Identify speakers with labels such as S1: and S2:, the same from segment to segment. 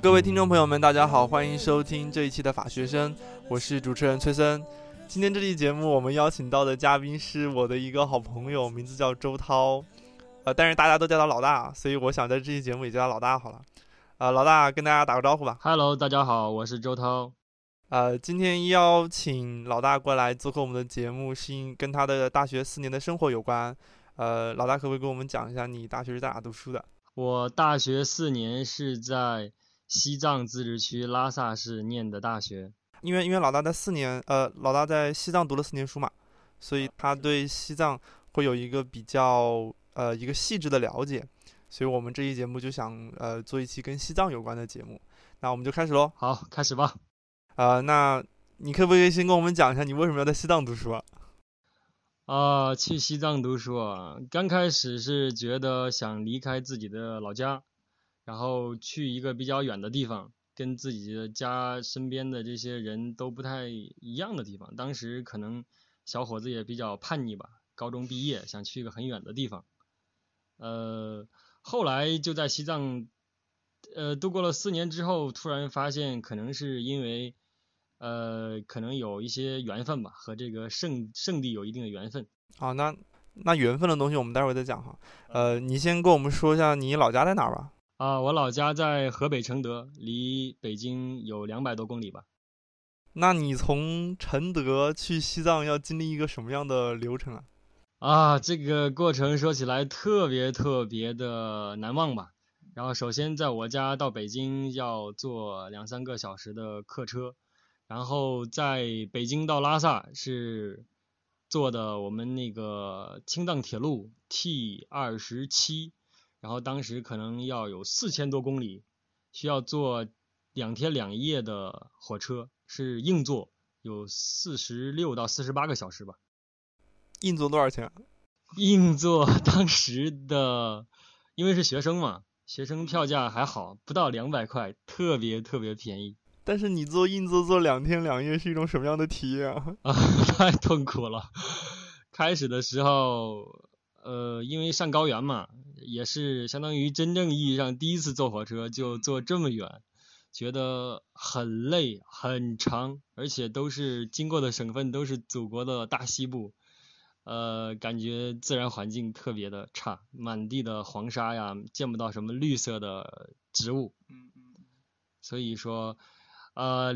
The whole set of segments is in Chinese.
S1: 各位听众朋友们，大家好，欢迎收听这一期的法学生，我是主持人崔森。今天这期节目我们邀请到的嘉宾是我的一个好朋友，名字叫周涛，呃，但是大家都叫他老大，所以我想在这期节目也叫他老大好了。啊、呃，老大跟大家打个招呼吧。
S2: Hello，大家好，我是周涛。
S1: 呃，今天邀请老大过来做客我们的节目，是因跟他的大学四年的生活有关。呃，老大可不可以跟我们讲一下你大学是在哪读书的？
S2: 我大学四年是在西藏自治区拉萨市念的大学。
S1: 因为因为老大在四年，呃，老大在西藏读了四年书嘛，所以他对西藏会有一个比较呃一个细致的了解。所以我们这期节目就想呃做一期跟西藏有关的节目。那我们就开始喽。
S2: 好，开始吧。
S1: 啊、呃，那你可不可以先跟我们讲一下你为什么要在西藏读书啊？
S2: 啊、呃，去西藏读书啊，刚开始是觉得想离开自己的老家，然后去一个比较远的地方，跟自己的家身边的这些人都不太一样的地方。当时可能小伙子也比较叛逆吧，高中毕业想去一个很远的地方。呃，后来就在西藏，呃，度过了四年之后，突然发现可能是因为。呃，可能有一些缘分吧，和这个圣圣地有一定的缘分。
S1: 好，啊那那缘分的东西我们待会儿再讲哈。呃，你先跟我们说一下你老家在哪儿吧？
S2: 啊，我老家在河北承德，离北京有两百多公里吧。
S1: 那你从承德去西藏要经历一个什么样的流程啊？
S2: 啊，这个过程说起来特别特别的难忘吧。然后首先在我家到北京要坐两三个小时的客车。然后在北京到拉萨是坐的我们那个青藏铁路 T 二十七，然后当时可能要有四千多公里，需要坐两天两夜的火车，是硬座，有四十六到四十八个小时吧。
S1: 硬座多少钱？啊
S2: 硬座 当时的，因为是学生嘛，学生票价还好，不到两百块，特别特别便宜。
S1: 但是你坐硬座坐两天两夜是一种什么样的体验啊？
S2: 啊， 太痛苦了。开始的时候，呃，因为上高原嘛，也是相当于真正意义上第一次坐火车，就坐这么远，觉得很累很长，而且都是经过的省份都是祖国的大西部，呃，感觉自然环境特别的差，满地的黄沙呀，见不到什么绿色的植物。嗯嗯。所以说。呃，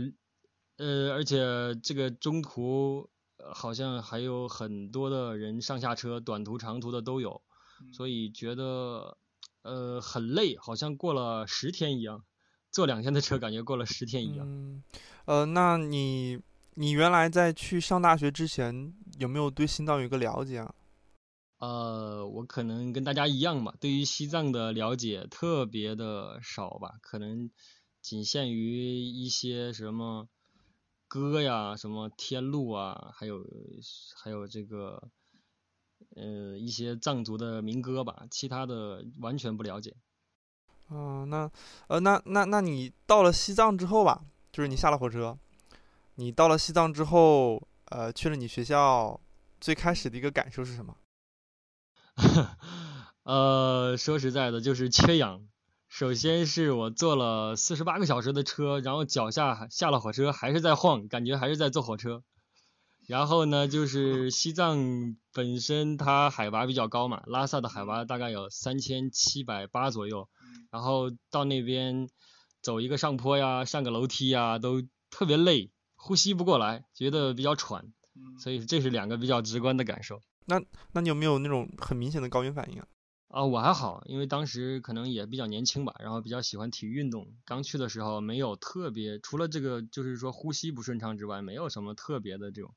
S2: 呃，而且这个中途呃好像还有很多的人上下车，短途、长途的都有，所以觉得呃很累，好像过了十天一样，坐两天的车，感觉过了十天一样。
S1: 嗯，呃，那你你原来在去上大学之前，有没有对西藏有个了解啊？
S2: 呃，我可能跟大家一样吧，对于西藏的了解特别的少吧，可能。仅限于一些什么歌呀、什么天路啊，还有还有这个呃一些藏族的民歌吧，其他的完全不了解。
S1: 哦、呃，那呃那那那你到了西藏之后吧，就是你下了火车，你到了西藏之后，呃去了你学校，最开始的一个感受是什么？
S2: 呃，说实在的，就是缺氧。首先是我坐了四十八个小时的车，然后脚下下了火车还是在晃，感觉还是在坐火车。然后呢，就是西藏本身它海拔比较高嘛，拉萨的海拔大概有三千七百八左右。然后到那边走一个上坡呀，上个楼梯呀，都特别累，呼吸不过来，觉得比较喘。所以这是两个比较直观的感受。
S1: 那那你有没有那种很明显的高原反应啊？
S2: 啊、哦，我还好，因为当时可能也比较年轻吧，然后比较喜欢体育运动。刚去的时候没有特别，除了这个就是说呼吸不顺畅之外，没有什么特别的这种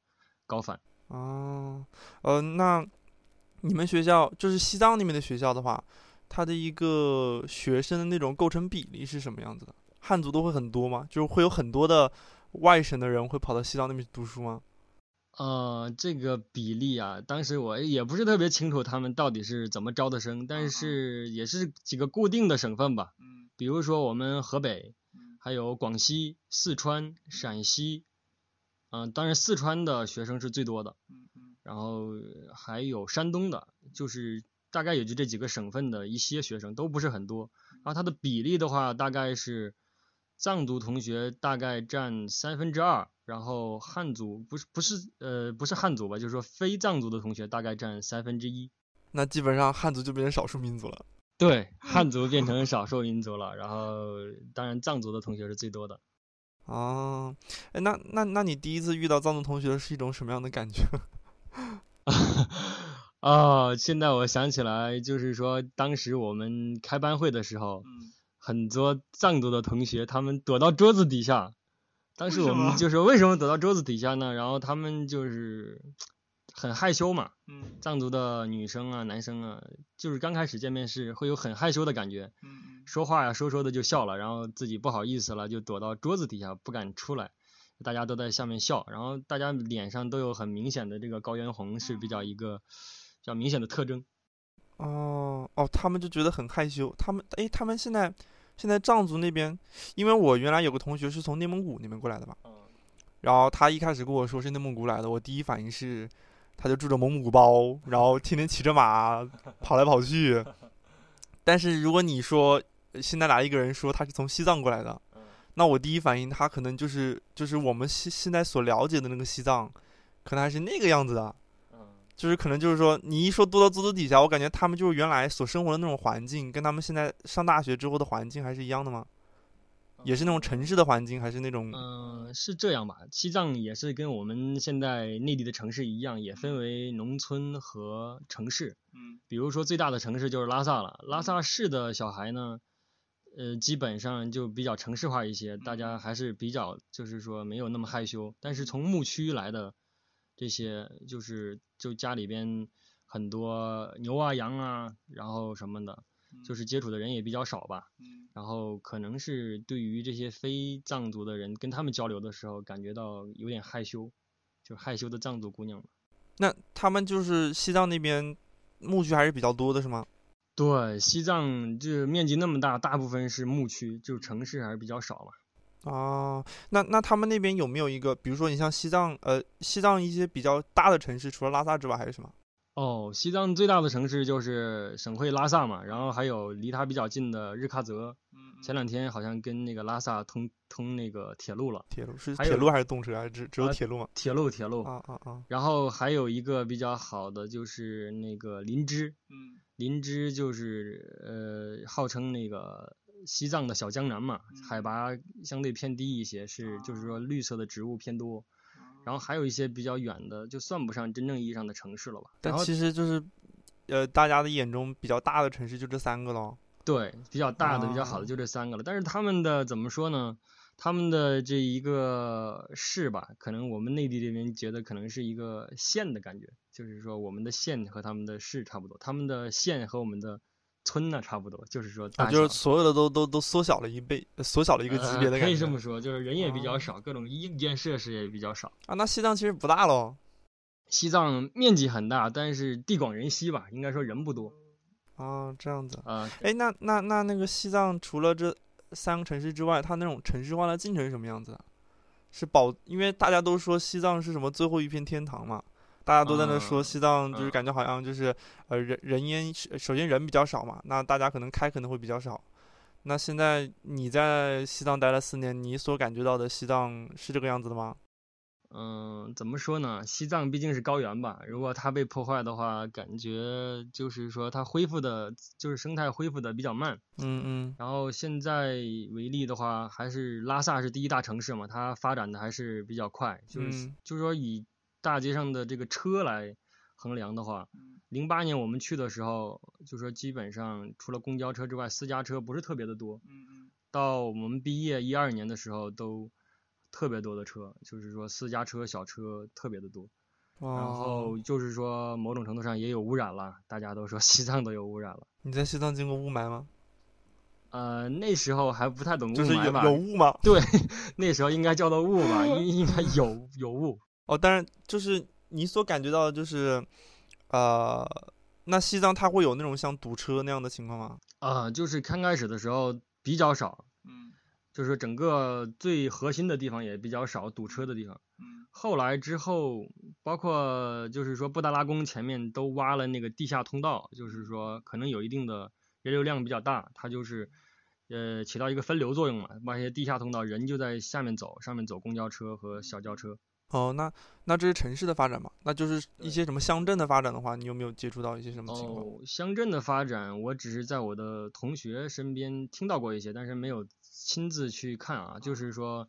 S2: 高反。
S1: 哦，呃，那你们学校就是西藏那边的学校的话，它的一个学生的那种构成比例是什么样子的？汉族都会很多吗？就是会有很多的外省的人会跑到西藏那边去读书吗？
S2: 呃，这个比例啊，当时我也不是特别清楚他们到底是怎么招的生，但是也是几个固定的省份吧，比如说我们河北，还有广西、四川、陕西，嗯、呃，当然四川的学生是最多的，然后还有山东的，就是大概也就这几个省份的一些学生，都不是很多。然后它的比例的话，大概是藏族同学大概占三分之二，然后汉族不是不是呃不是汉族吧，就是说非藏族的同学大概占三分之一。
S1: 那基本上汉族就变成少数民族了。
S2: 对，汉族变成少数民族了，然后当然藏族的同学是最多的。
S1: 哦，哎，那那那你第一次遇到藏族同学是一种什么样的感觉？
S2: 哦，现在我想起来，就是说当时我们开班会的时候，
S1: 嗯
S2: 很多藏族的同学他们躲到桌子底下。当时
S1: 为
S2: 我
S1: 什么
S2: 们就说为什么躲到桌子底下呢？然后他们就是很害羞嘛，
S1: 嗯
S2: 藏族的女生啊、男生啊，就是刚开始见面是会有很害羞的感觉，
S1: 嗯
S2: 说话呀、说说的就笑了，然后自己不好意思了，就躲到桌子底下不敢出来。大家都在下面笑，然后大家脸上都有很明显的这个高原红是比较一个比较明显的特征。
S1: 哦哦，他们就觉得很害羞。他们哎，他们现在现在藏族那边，因为我原来有个同学是从内蒙古那边过来的嘛，然后他一开始跟我说是内蒙古来的，我第一反应是，他就住着蒙古包，然后天天骑着马跑来跑去。但是如果你说呃现在来一个人说他是从西藏过来的，那我第一反应他可能就是就是我们现现在所了解的那个西藏，可能还是那个样子的，就是可能就是说你一说躲到桌子底下，我感觉他们就是原来所生活的那种环境，跟他们现在上大学之后的环境还是一样的吗？也是那种城市的环境，还是那种
S2: 嗯、是这样吧？西藏也是跟我们现在内地的城市一样，也分为农村和城市。
S1: 嗯
S2: 比如说最大的城市就是拉萨了，拉萨市的小孩呢，呃，基本上就比较城市化一些，大家还是比较就是说没有那么害羞。但是从牧区来的这些，就是就家里边很多牛啊羊啊，然后什么的，就是接触的人也比较少吧。然后可能是对于这些非藏族的人，跟他们交流的时候，感觉到有点害羞，就是害羞的藏族姑娘。
S1: 那他们就是西藏那边牧区还是比较多的，是吗？
S2: 对，西藏这面积那么大，大部分是牧区，就城市还是比较少嘛。
S1: 哦，那那他们那边有没有一个，比如说你像西藏，呃，西藏一些比较大的城市，除了拉萨之外还有什么？
S2: 哦，西藏最大的城市就是省会拉萨嘛，然后还有离它比较近的日喀则。前两天好像跟那个拉萨通通那个铁路了，
S1: 铁路是
S2: 还
S1: 铁
S2: 有
S1: 路还是动车还是只只有
S2: 啊
S1: 铁路吗？
S2: 铁路铁路。
S1: 啊啊啊！
S2: 然后还有一个比较好的就是那个林芝，
S1: 嗯
S2: 林芝就是呃，号称那个西藏的小江南嘛，海拔相对偏低一些，是就是说绿色的植物偏多。然后还有一些比较远的，就算不上真正意义上的城市了吧。然
S1: 但
S2: 后
S1: 其实就是，呃，大家的眼中比较大的城市就这三个咯。
S2: 对比较大的、比较好的就这三个了。但是他们的怎么说呢？他们的这一个市吧，可能我们内地这边觉得可能是一个县的感觉，就是说我们的县和他们的市差不多，他们的县和我们的村呢差不多，就是说大
S1: 啊，
S2: 小。
S1: 就是所有的都都都缩小了一倍，呃缩小了一个级别的
S2: 呃
S1: 感
S2: 可以
S1: 觉
S2: 这么说，就是人也比较
S1: 哦
S2: 少，各种硬件设施也比较少。
S1: 啊。那西藏其实不大咯。
S2: 西藏面积很大，但是地广人稀吧，应该说人不多。
S1: 啊，这样子。
S2: 啊。
S1: 哎，那那那那个西藏除了这三个城市之外，它那种城市化的进程是什么样子的？是保，因为大家都说西藏是什么最后一片天堂嘛，大家都在那说
S2: 嗯
S1: 西藏就是
S2: 嗯
S1: 感觉好像就是、呃人人烟，首先人比较少嘛，那大家可能开可能会比较少。那现在你在西藏待了四年，你所感觉到的西藏是这个样子的吗？
S2: 嗯，怎么说呢？西藏毕竟是高原吧，如果它被破坏的话，感觉就是说它恢复的，就是生态恢复的比较慢。
S1: 嗯嗯
S2: 然后现在为例的话，还是拉萨是第一大城市嘛，它发展的还是比较快。就是、
S1: 嗯
S2: 就是说以大街上的这个车来衡量的话，
S1: 嗯
S2: 零八年我们去的时候，就说基本上除了公交车之外，私家车不是特别的多。
S1: 嗯
S2: 到我们毕业一二年的时候，都特别多的车，就是说私家车、小车特别的多。
S1: 哦，
S2: 然后就是说某种程度上也有污染了，大家都说西藏都有污染了。
S1: 你在西藏见过雾霾吗？
S2: 呃，那时候还不太懂雾
S1: 就是
S2: 霾
S1: 有
S2: 吧
S1: 有，雾吗？
S2: 对，那时候应该叫做雾吧， 应应该有有雾。
S1: 哦，当然，就是你所感觉到的就是，呃，那西藏它会有那种像堵车那样的情况吗？
S2: 啊，就是刚开始的时候比较少，
S1: 嗯
S2: 就是整个最核心的地方也比较少堵车的地方。
S1: 嗯
S2: 后来之后，包括就是说布达拉宫前面都挖了那个地下通道，就是说可能有一定的人流量比较大，它就是呃，起到一个分流作用嘛，把一些地下通道人就在下面走，上面走公交车和小轿车。
S1: 哦，那那这是城市的发展嘛？那就是一些什么乡镇的发展的话，你有没有接触到一些什么情况？
S2: 哦，乡镇的发展，我只是在我的同学身边听到过一些，但是没有亲自去看啊。就是说，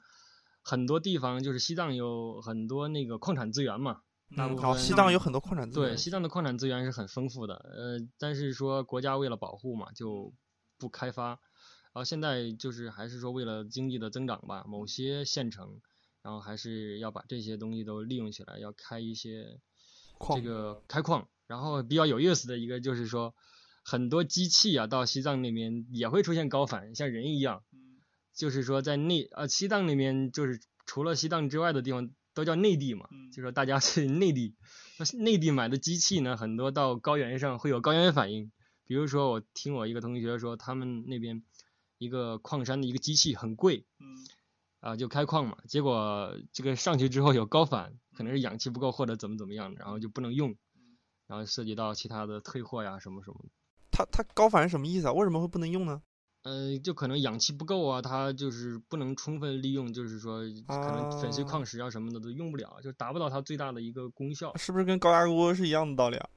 S2: 很多地方就是西藏有很多那个矿产资源嘛，大
S1: 嗯，
S2: 部
S1: 哦，
S2: 分
S1: 西藏有很多矿产资源。
S2: 对，西藏的矿产资源是很丰富的，呃，但是说国家为了保护嘛，就不开发。然后现在就是还是说为了经济的增长吧，某些县城，然后还是要把这些东西都利用起来，要开一些
S1: 矿
S2: 这个开矿。然后比较有意思的一个就是说，很多机器啊到西藏那边也会出现高反，像人一样，就是说在内呃西藏那边就是除了西藏之外的地方都叫内地嘛，就说大家 去内地，那是内地买的机器呢，很多到高原上会有高原反应。比如说，我听我一个同学说，他们那边一个矿山的一个机器很贵，
S1: 嗯
S2: 啊，就开矿嘛，结果这个上去之后有高反，可能是氧气不够或者怎么怎么样的，然后就不能用，然后涉及到其他的退货呀什么什么的。
S1: 它它高反是什么意思啊？为什么会不能用呢？
S2: 嗯、就可能氧气不够啊，它就是不能充分利用，就是说可能粉碎
S1: 啊
S2: 矿石啊什么的都用不了，就达不到它最大的一个功效。
S1: 啊是不是跟高压锅是一样的道理啊？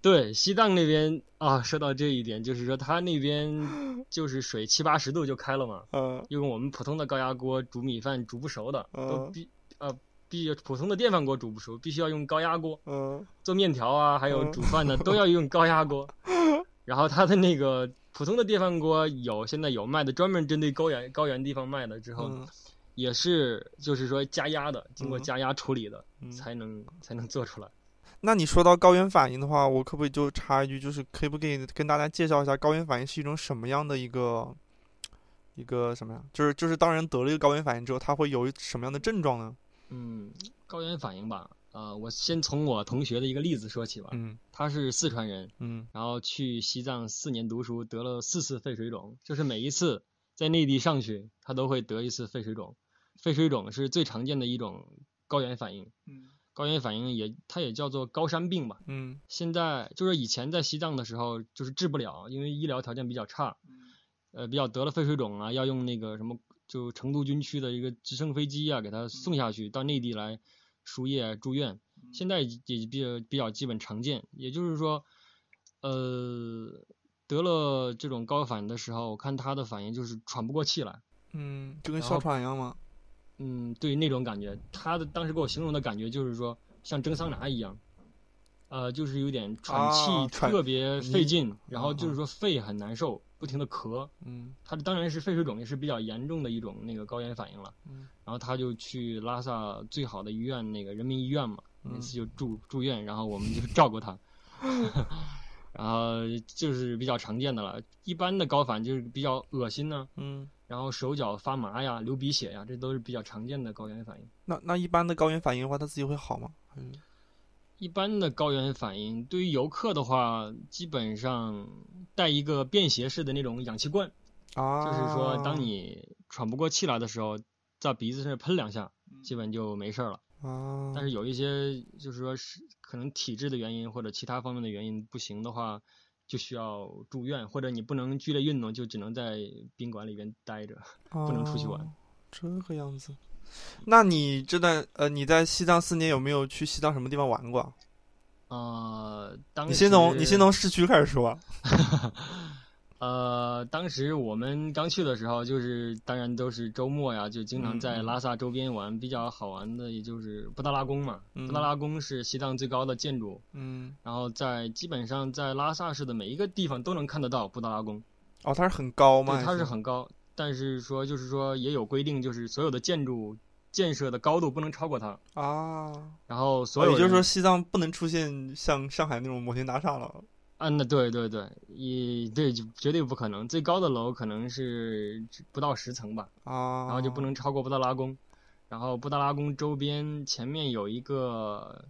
S2: 对，西藏那边啊，说到这一点，就是说它那边就是水七八十度就开了嘛，
S1: 嗯
S2: 用我们普通的高压锅煮米饭煮不熟的，都
S1: 嗯
S2: 必呃必普通的电饭锅煮不熟，必须要用高压锅
S1: 嗯
S2: 做面条啊，还有
S1: 嗯
S2: 煮 饭呢，都要用高压锅。然后它的那个普通的电饭锅有现在有卖的，专门针对高原高原地方卖的，之后
S1: 嗯
S2: 也是就是说加压的，经过
S1: 嗯
S2: 加压处理的，
S1: 嗯。
S2: 才能才能做出来。
S1: 那你说到高原反应的话，我可不可以就插一句，就是可不可以跟大家介绍一下高原反应是一种什么样的一个一个什么呀？就是就是，当人得了一个高原反应之后，他会有什么样的症状呢？
S2: 嗯，高原反应吧，呃，我先从我同学的一个例子说起吧。
S1: 嗯
S2: 他是四川人，
S1: 嗯
S2: 然后去西藏四年读书，得了四次肺水肿，就是每一次在内地上去，他都会得一次肺水肿。肺水肿是最常见的一种高原反应，
S1: 嗯
S2: 高原反应也它也叫做高山病吧。
S1: 嗯
S2: 现在就是以前在西藏的时候，就是治不了，因为医疗条件比较差，呃，比较得了肺水肿啊，要用那个什么，就成都军区的一个直升飞机啊，给他送下去到内地来输液住院。现在也也比较比较基本常见，也就是说，呃，得了这种高反的时候，我看他的反应就是喘不过气来。
S1: 嗯，就跟
S2: 然
S1: 哮
S2: 后
S1: 喘一样吗？
S2: 嗯，对那种感觉，他的当时给我形容的感觉就是说像蒸桑拿一样，呃，就是有点喘气、
S1: 啊喘
S2: 特别费
S1: 你
S2: 劲，然后就
S1: 啊
S2: 是说肺很难受，不停的咳。
S1: 嗯
S2: 他当然是肺水肿，也是比较严重的一种那个高原反应了。
S1: 嗯
S2: 然后他就去拉萨最好的医院，那个人民医院嘛，每
S1: 嗯
S2: 次就住住院，然后我们就照 顾他。然后就是比较常见的了，一般的高反就是比较恶心呢、
S1: 嗯。
S2: 然后手脚发麻呀、流鼻血呀，这都是比较常见的高原反应。
S1: 那那一般的高原反应的话，他自己会好吗？还是
S2: 一般的高原反应，对于游客的话，基本上带一个便携式的那种氧气罐，
S1: 啊，
S2: 就是说，当你喘不过气来的时候，在鼻子上喷两下，
S1: 嗯
S2: 基本就没事儿了。
S1: 啊，
S2: 但是有一些就是说是可能体质的原因或者其他方面的原因不行的话，就需要住院，或者你不能剧烈运动，就只能在宾馆里边待着。 不能出去玩
S1: 哦这个样子。那你这段呃，你在西藏四年有没有去西藏什么地方玩过啊？
S2: 呃，当
S1: 你先从
S2: 时
S1: 你先从市区开始说吧。
S2: 呃，当时我们刚去的时候，就是当然都是周末呀，就经常
S1: 嗯
S2: 在
S1: 嗯
S2: 拉萨周边玩。比较好玩的，也就是布达拉宫嘛。布达
S1: 嗯
S2: 拉宫是西藏最高的建筑，
S1: 嗯，
S2: 然后在基本上在拉萨市的每一个地方都能看得到布达拉宫。
S1: 哦，它是很高吗？
S2: 对，它
S1: 还
S2: 是很高，但是说就是说也有规定，就是所有的建筑建设的高度不能超过它。
S1: 啊，
S2: 然后所
S1: 哦
S2: 有
S1: 也就是
S2: 人
S1: 说西藏不能出现像上海那种摩天大厦了。
S2: 嗯，那对对对，也对，就绝对不可能。最高的楼可能是不到十层吧。
S1: 啊，
S2: 然后就不能超过布达拉宫。然后布达拉宫周边前面有一个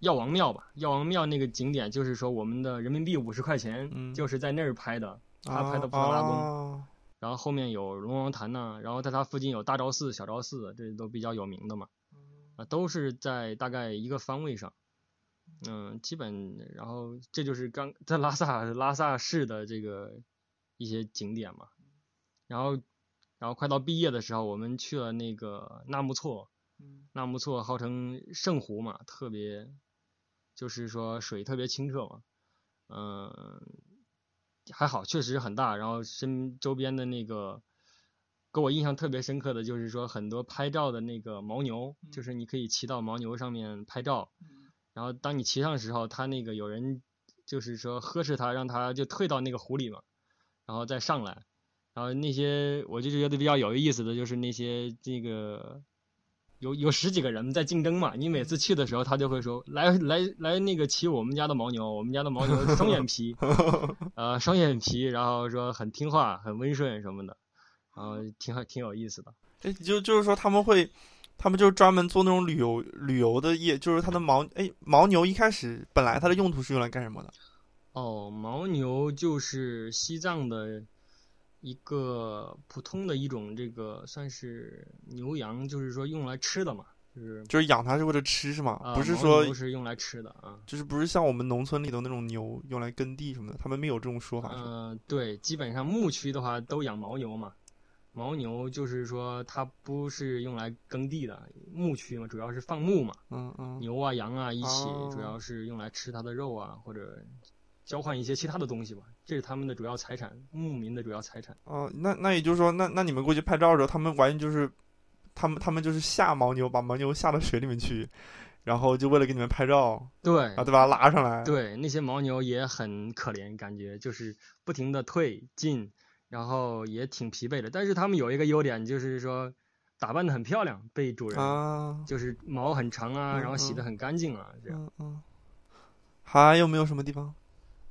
S2: 药王庙吧，药王庙那个景点就是说我们的人民币五十块钱
S1: 嗯
S2: 就是在那儿拍的，他
S1: 啊
S2: 拍的布达拉宫。
S1: 啊
S2: 然后后面有龙王潭呐、然后在它附近有大昭寺、小昭寺，这都比较有名的嘛，啊，都是在大概一个方位上。嗯，基本，然后这就是刚在拉萨拉萨市的这个一些景点嘛。然后，然后快到毕业的时候，我们去了那个纳木错，纳木错号称圣湖嘛，特别就是说水特别清澈嘛，嗯、还好，确实很大。然后身周边的那个，给我印象特别深刻的就是说很多拍照的那个牦牛，就是你可以骑到牦牛上面拍照，然后当你骑上的时候，它那个有人就是说呵斥它，让它就退到那个湖里嘛，然后再上来。然后那些我就是觉得比较有意思的就是那些这个有有十几个人在竞争嘛，你每次去的时候，他就会说来来来那个骑我们家的牦牛，我们家的牦牛双 眼皮，呃双眼皮，然后说很听话、很温顺什么的，然后挺好挺有意思的。
S1: 哎，就就是说他们会，他们就是专门做那种旅游旅游的业，就是它的牦哎牦牛一开始本来它的用途是用来干什么的？
S2: 哦，牦牛就是西藏的一个普通的一种这个算是牛羊，就是说用来吃的嘛，就是
S1: 就是养它是为了吃是吗？
S2: 啊
S1: 不是
S2: 牦
S1: 说
S2: 牛是用来吃的啊。
S1: 就是不是像我们农村里的那种牛用来耕地什么的，他们没有这种说法是吧？
S2: 呃，对，基本上牧区的话都养牦牛嘛。牦牛就是说它不是用来耕地的，牧区嘛，主要是放牧嘛，
S1: 嗯嗯
S2: 牛啊羊啊一起，
S1: 哦
S2: 主要是用来吃它的肉啊，或者交换一些其他的东西吧。这是他们的主要财产，牧民的主要财产。
S1: 哦、那那也就是说，那那你们过去拍照的时候，他们完全就是他们他们就是下牦牛，把牦牛下到水里面去，然后就为了给你们拍照，
S2: 对
S1: 然后，再把它拉上来。
S2: 对，那些牦牛也很可怜，感觉就是不停的退进，然后也挺疲惫的。但是它们有一个优点，就是说打扮的很漂亮，被主人
S1: 啊，
S2: 就是毛很长啊，
S1: 嗯
S2: 然后洗得很干净啊，这样。
S1: 嗯嗯，还有没有什么地方？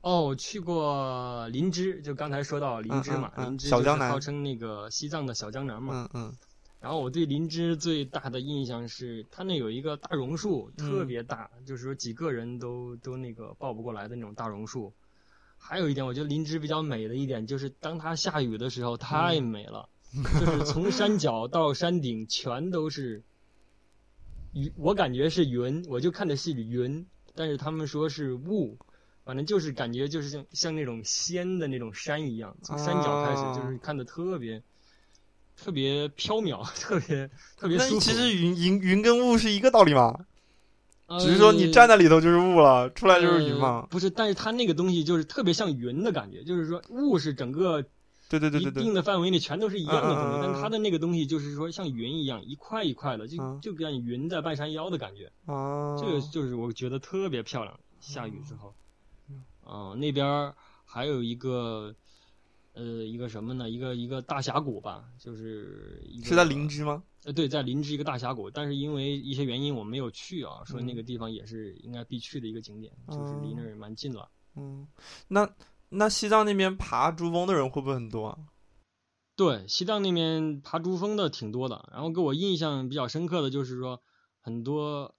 S2: 哦，我去过林芝，就刚才说到林芝嘛，
S1: 嗯嗯嗯
S2: 林芝
S1: 小
S2: 就是
S1: 江南
S2: 号称那个西藏的小江南嘛。
S1: 嗯嗯
S2: 然后我对林芝最大的印象是，它那有一个大榕树，特
S1: 嗯
S2: 别大，就是说几个人都都那个抱不过来的那种大榕树。还有一点，我觉得林芝比较美的一点就是，当它下雨的时候太美 了，就是从山脚到山顶全都是云，我感觉是云，我就看着是云，但是他们说是雾，反正就是感觉就是像像那种仙的那种山一样，从山脚开始
S1: 啊
S2: 就是看的特别、特别飘渺， 特别特别
S1: 那
S2: 舒服。
S1: 其实云云云跟雾是一个道理嘛，
S2: 呃
S1: 只是说你站在里头就是雾了，出来就是云
S2: 呃
S1: 嘛。
S2: 不是，但是它那个东西就是特别像云的感觉，就是说雾是整个
S1: 对对对
S2: 一
S1: 对
S2: 定
S1: 对，
S2: 的范围内全都是一样的东
S1: 嗯嗯嗯
S2: 西，
S1: 嗯
S2: 但它的那个东西就是说像云一样一块一块的，就
S1: 嗯
S2: 就像云在半山腰的感觉。
S1: 啊，
S2: 这个就是我觉得特别漂亮，下雨之后
S1: 嗯。
S2: 嗯，那边儿还有一个，呃，一个什么呢？一个一个大峡谷吧，就是一个
S1: 是在林芝吗？
S2: 呃，对，在林芝一个大峡谷，但是因为一些原因我没有去啊，说那个地方也是应该必去的一个景点，就是离那儿蛮近了。
S1: 嗯，那那西藏那边爬珠峰的人会不会很多啊？
S2: 对，西藏那边爬珠峰的挺多的，然后给我印象比较深刻的就是说很多，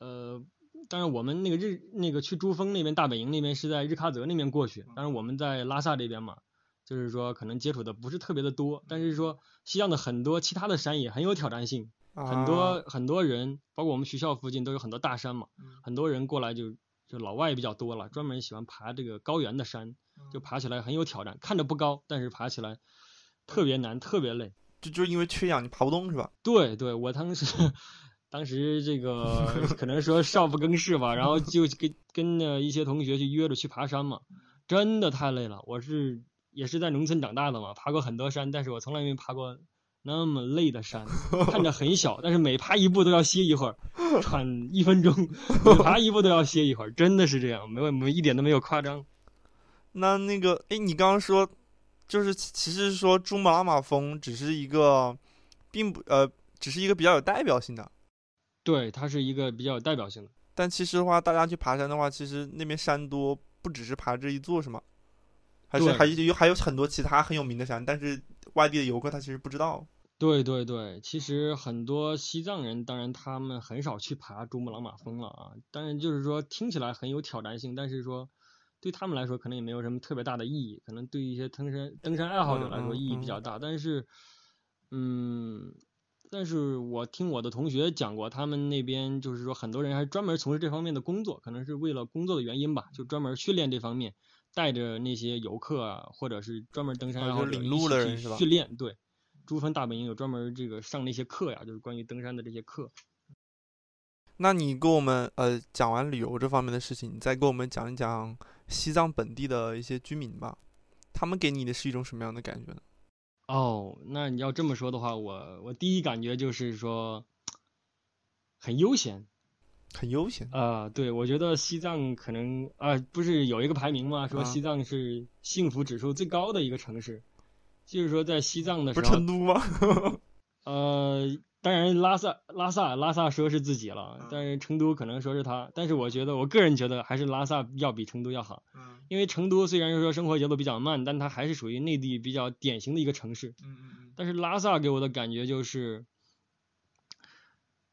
S2: 呃，当然我们那个日那个去珠峰那边大本营那边是在日喀则那边过去，当然我们在拉萨这边嘛，就是说可能接触的不是特别的多，但是说西藏的很多其他的山也很有挑战性，
S1: 啊
S2: 很多很多人，包括我们学校附近都有很多大山嘛，很多人过来就就老外比较多了，专门喜欢爬这个高原的山，就爬起来很有挑战，看着不高，但是爬起来特别难，特别累。
S1: 就就是因为缺氧，你爬不动是吧？
S2: 对对，我当时当时这个可能说少不更事吧，然后就跟跟着一些同学去约着去爬山嘛，真的太累了。我是也是在农村长大的嘛，爬过很多山，但是我从来没爬过那么累的山，看着很小，但是每爬一步都要歇一会儿，喘一分钟，每爬一步都要歇一会儿，真的是这样，没有没有一点都没有夸张。
S1: 那那个，哎，你刚刚说，就是其其实说珠穆朗玛峰只是一个，并不呃，只是一个比较有代表性的。
S2: 对，它是一个比较有代表性的。
S1: 但其实的话，大家去爬山的话，其实那边山多，不只是爬这一座是吗？还是
S2: 对
S1: 还有还有很多其他很有名的山，但是外地的游客他其实不知道。
S2: 对对对，其实很多西藏人，当然他们很少去爬珠穆朗玛峰了啊。当然就是说听起来很有挑战性，但是说对他们来说可能也没有什么特别大的意义，可能对一些登山登山爱好者来说
S1: 嗯嗯
S2: 意义比较大。但是，嗯，但是我听我的同学讲过，他们那边就是说很多人还专门从事这方面的工作，可能是为了工作的原因吧，就专门训练这方面。带着那些游客啊，或者是专门登山
S1: 啊
S2: 爱好
S1: 就
S2: 者
S1: 领
S2: 一
S1: 路
S2: 起
S1: 的
S2: 去
S1: 人是吧
S2: 训练对，珠峰大本营有专门这个上那些课呀，就是关于登山的这些课。
S1: 那你给我们呃讲完旅游这方面的事情，你再给我们讲一讲西藏本地的一些居民吧，他们给你的是一种什么样的感觉呢？
S2: 哦，那你要这么说的话，我我第一感觉就是说很悠闲
S1: 很悠闲，
S2: 啊、对我觉得西藏可能啊、不是有一个排名吗？说
S1: 啊
S2: 西藏是幸福指数最高的一个城市，就是说在西藏的时
S1: 不
S2: 候，
S1: 是成都吗？
S2: 呃，当然拉萨拉萨拉萨说是自己了
S1: 嗯，
S2: 但是成都可能说是他，但是我觉得我个人觉得还是拉萨要比成都要好，
S1: 嗯
S2: 因为成都虽然说生活节奏比较慢，但它还是属于内地比较典型的一个城市。
S1: 嗯
S2: 但是拉萨给我的感觉就是，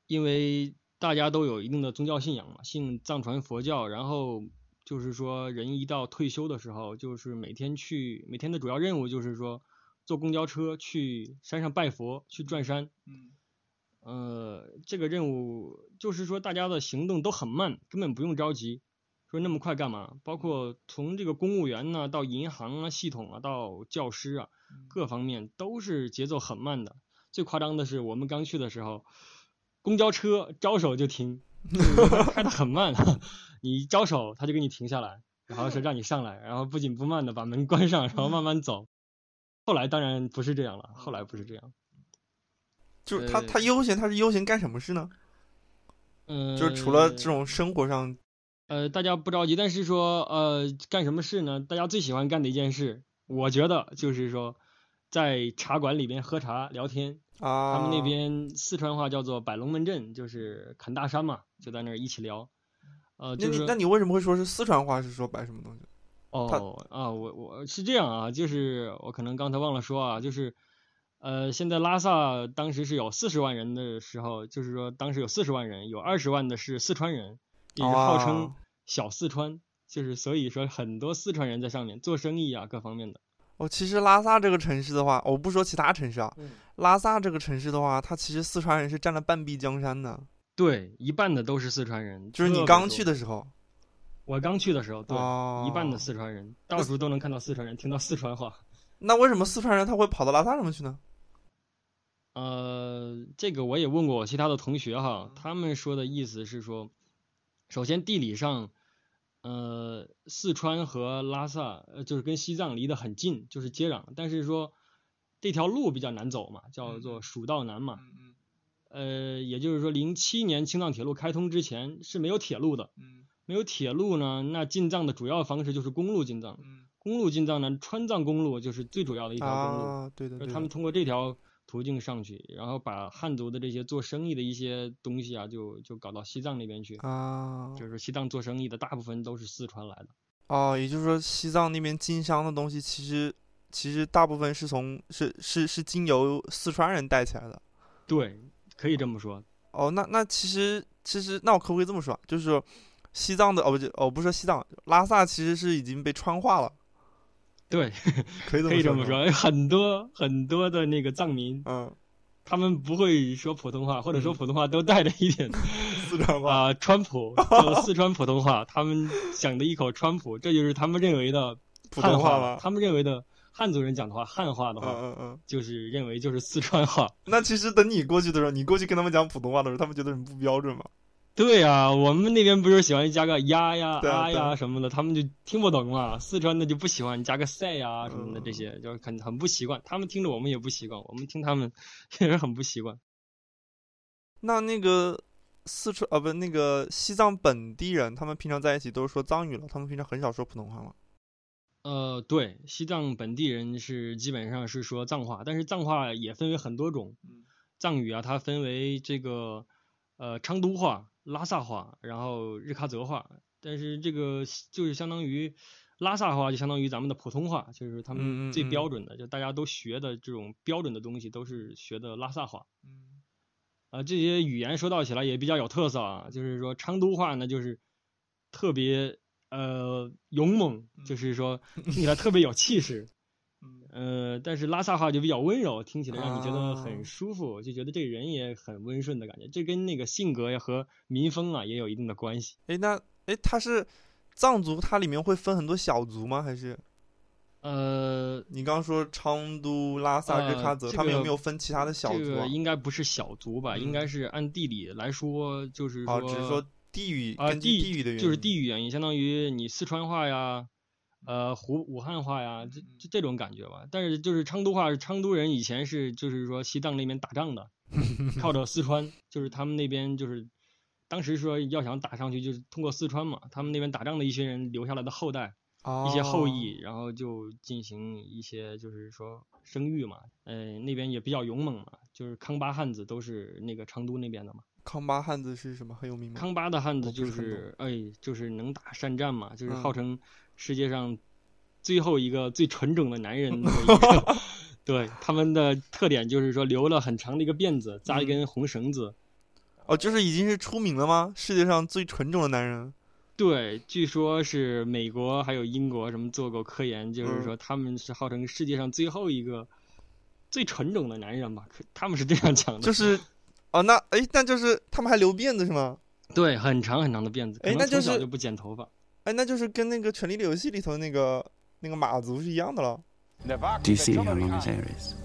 S2: 因为大家都有一定的宗教信仰嘛，信藏传佛教，然后就是说人一到退休的时候，就是每天去，每天的主要任务就是说坐公交车去山上拜佛，去转山。
S1: 嗯
S2: 呃，这个任务就是说大家的行动都很慢，根本不用着急，说那么快干嘛？包括从这个公务员呐、到银行啊、系统啊，到教师啊，各方面都是节奏很慢的。最夸张的是，我们刚去的时候，公交车招手就停，就是它开的很慢，你一招手他就给你停下来，然后说让你上来，然后不紧不慢的把门关上，然后慢慢走。后来当然不是这样了，后来不是这样，
S1: 就是他
S2: 对
S1: 他悠闲，他是悠闲干什么事呢？
S2: 嗯、
S1: 就是除了这种生活上，
S2: 呃，大家不着急，但是说，呃，干什么事呢？大家最喜欢干的一件事，我觉得就是说，在茶馆里边喝茶聊天。
S1: 啊，
S2: 他们那边四川话叫做“摆龙门阵”，就是砍大山嘛，就在那儿一起聊。呃，
S1: 那
S2: 就
S1: 你
S2: 是
S1: 那你为什么会说是四川话？是说摆什么东西？
S2: 哦啊，我我是这样啊，就是我可能刚才忘了说啊，就是呃，现在拉萨当时是有四十万人的时候，就是说当时有四十万人，有二十万的是四川人，也是号称
S1: 啊
S2: 小四川，就是所以说很多四川人在上面做生意啊，各方面的。
S1: 哦，其实拉萨这个城市的话，哦我不说其他城市啊，
S2: 嗯
S1: 拉萨这个城市的话，它其实四川人是占了半壁江山的。
S2: 对，一半的都是四川人，
S1: 就是
S2: 特
S1: 你
S2: 别
S1: 刚
S2: 多
S1: 去，的时候，
S2: 我刚去的时候，对，
S1: 哦，
S2: 一半的四川人，到处都能看到四川人，听到四川话。
S1: 那为什么四川人他会跑到拉萨上面去呢？
S2: 呃，这个我也问过我其他的同学哈，他们说的意思是说，首先地理上，呃，四川和拉萨呃就是跟西藏离得很近，就是接壤，但是说这条路比较难走嘛，叫做蜀道难嘛。
S1: 嗯
S2: 呃，也就是说，零七年青藏铁路开通之前是没有铁路的，
S1: 嗯
S2: 没有铁路呢，那进藏的主要方式就是公路进藏。
S1: 嗯
S2: 公路进藏呢，川藏公路就是最主要的一条公路。
S1: 啊，对的
S2: 就
S1: 对
S2: 嗯是他们
S1: 的，
S2: 通过这条途径上去，然后把汉族的这些做生意的一些东西啊，就就搞到西藏那边去。
S1: 啊，
S2: 就是西藏做生意的大部分都是四川来的。
S1: 哦，也就是说西藏那边经商的东西，其实其实大部分是从是是是经由四川人带起来的。
S2: 对，可以这么说。
S1: 哦，那那其实其实那我可不可以这么说啊？就是说西藏的哦不就哦不是说西藏，拉萨其实是已经被川化了，
S2: 对，
S1: 可以这
S2: 可以这么
S1: 么是吧，
S2: 说。很多很多的那个藏民，
S1: 嗯，
S2: 他们不会说普通话，或者说普通话都带着一点
S1: 四川话，
S2: 啊、川 普，就四川普通话，他们讲的一口川普，这就是他们认为的
S1: 普
S2: 汉
S1: 通话
S2: 了
S1: 吗？
S2: 他们认为的汉族人讲的话，汉话的
S1: 嗯
S2: 话，
S1: 嗯嗯。
S2: 就是认为就是四川话。
S1: 那其实等你过去的时候，你过去跟他们讲普通话的时候，他们觉得你不标准嘛？
S2: 对啊，我们那边不是喜欢加个呀呀
S1: 对啊
S2: 啊
S1: 对啊
S2: 呀什么的，他们就听不懂嘛。四川的就不喜欢加个赛呀什么的，这
S1: 嗯
S2: 些就是很很不习惯。他们听着我们也不习惯，我们听他们 也是很不习惯。
S1: 那那个四川啊，不，那个西藏本地人，他们平常在一起都是说藏语了，他们平常很少说普通话嘛。
S2: 呃，对，西藏本地人是基本上是说藏话，但是藏话也分为很多种
S1: 嗯。
S2: 藏语啊，它分为这个呃昌都话、拉萨话，然后日喀则话。但是这个西就是相当于拉萨话，就相当于咱们的普通话，就是他
S1: 嗯嗯
S2: 们最
S1: 嗯
S2: 标准的，就大家都学的这种标准的东西，都是学的拉萨话。啊，这些语言说到起来也比较有特色啊，就是说昌都话呢，就是特别呃勇猛，
S1: 嗯
S2: 就是说听起来特别有气 势，呃，但是拉萨话就比较温柔，听起来让你觉得
S1: 啊
S2: 很舒服，就觉得这人也很温顺的感觉，这跟那个性格呀和民风啊也有一定的关系。
S1: 诶，那诶，他是藏族它里面会分很多小族吗？还是
S2: 呃，
S1: 你刚刚说昌都、拉萨、日
S2: 呃
S1: 喀则，
S2: 这
S1: 他们有
S2: 个
S1: 没有分其他的小
S2: 这
S1: 族、啊
S2: 个？应该不是小族吧？
S1: 嗯
S2: 应该是按地理来说，就是
S1: 啊，只是说地域
S2: 啊
S1: 根据地域的原因，
S2: 就是地域原因，相当于你四川话呀，呃，湖武汉话呀，这这这种感觉吧。但是就是昌都话，昌都人以前是就是说西藏那边打仗的，靠着四川，就是他们那边就是当时说要想打上去，就是通过四川嘛，他们那边打仗的一群人留下来的后代，
S1: 哦
S2: 一些后裔，然后就进行一些就是说生育嘛，呃，那边也比较勇猛嘛，就是康巴汉子都是那个昌都那边的嘛。
S1: 康巴汉子是什么很有名吗？
S2: 康巴的汉
S1: 我
S2: 子
S1: 不
S2: 就是
S1: 嗯很
S2: 是哎，就是能打善战嘛，就是
S1: 嗯
S2: 号称世界上最后一个最纯种的男人的一 个。对，他们的特点就是说留了很长的一个辫子，扎一
S1: 嗯
S2: 根红绳子。
S1: 哦，就是已经是出名了吗？世界上最纯种的男人，
S2: 对，据说是美国还有英国什么做过科研，就
S1: 嗯
S2: 是说他们是号称世界上最后一个最纯种的男人吧，可他们是这样讲的。
S1: 就是哦，那哎，那就是他们还留辫子是吗？
S2: 对，很长很长的辫子，可
S1: 哎
S2: 能
S1: 那
S2: 从
S1: 就
S2: 小
S1: 是
S2: 就不剪头发。
S1: 哎，那就是跟那个《权力的游戏》里头那个那个马族是一样的了。
S3: Do you see how long his hair is?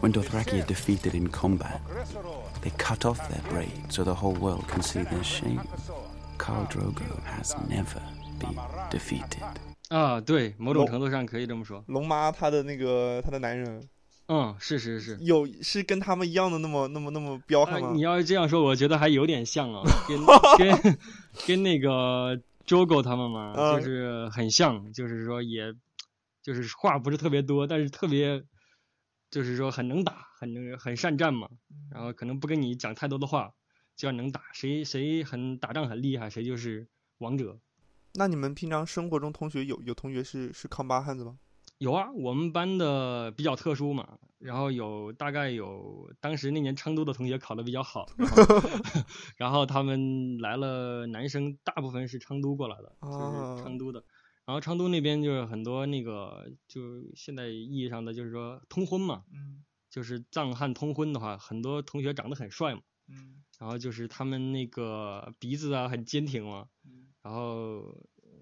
S3: When Dothraki are defeated in combat, they cut off their braid so the whole world can see their shame. Khal Drogo has never been defeated.
S2: 啊，对，某种
S1: 龙
S2: 程度上可以这么说。
S1: 龙妈她的那个她的男人
S2: 嗯，是是是。
S1: 有是跟他们一样的那么那么那么彪悍
S2: 啊
S1: 吗？
S2: 你要是这样说，我觉得还有点像 啊，跟跟跟那个 Jogo 他们嘛，
S1: 嗯
S2: 就是很像，就是说也，就是话不是特别多，但是特别，就是说很能打，很能很善战嘛。
S1: 嗯
S2: 然后可能不跟你讲太多的话，只要能打，谁谁很打仗很厉害，谁就是王者。
S1: 那你们平常生活中同学有有同学是是康巴汉子吗？
S2: 有啊，我们班的比较特殊嘛，然后有大概有当时那年昌都的同学考得比较好，然后然后他们来了，男生大部分是昌都过来的，
S1: 啊
S2: 就是昌都的。然后昌都那边就是很多那个，就现在意义上的就是说通婚嘛，
S1: 嗯
S2: 就是藏汉通婚的话，很多同学长得很帅嘛，
S1: 嗯
S2: 然后就是他们那个鼻子啊很坚挺嘛，然后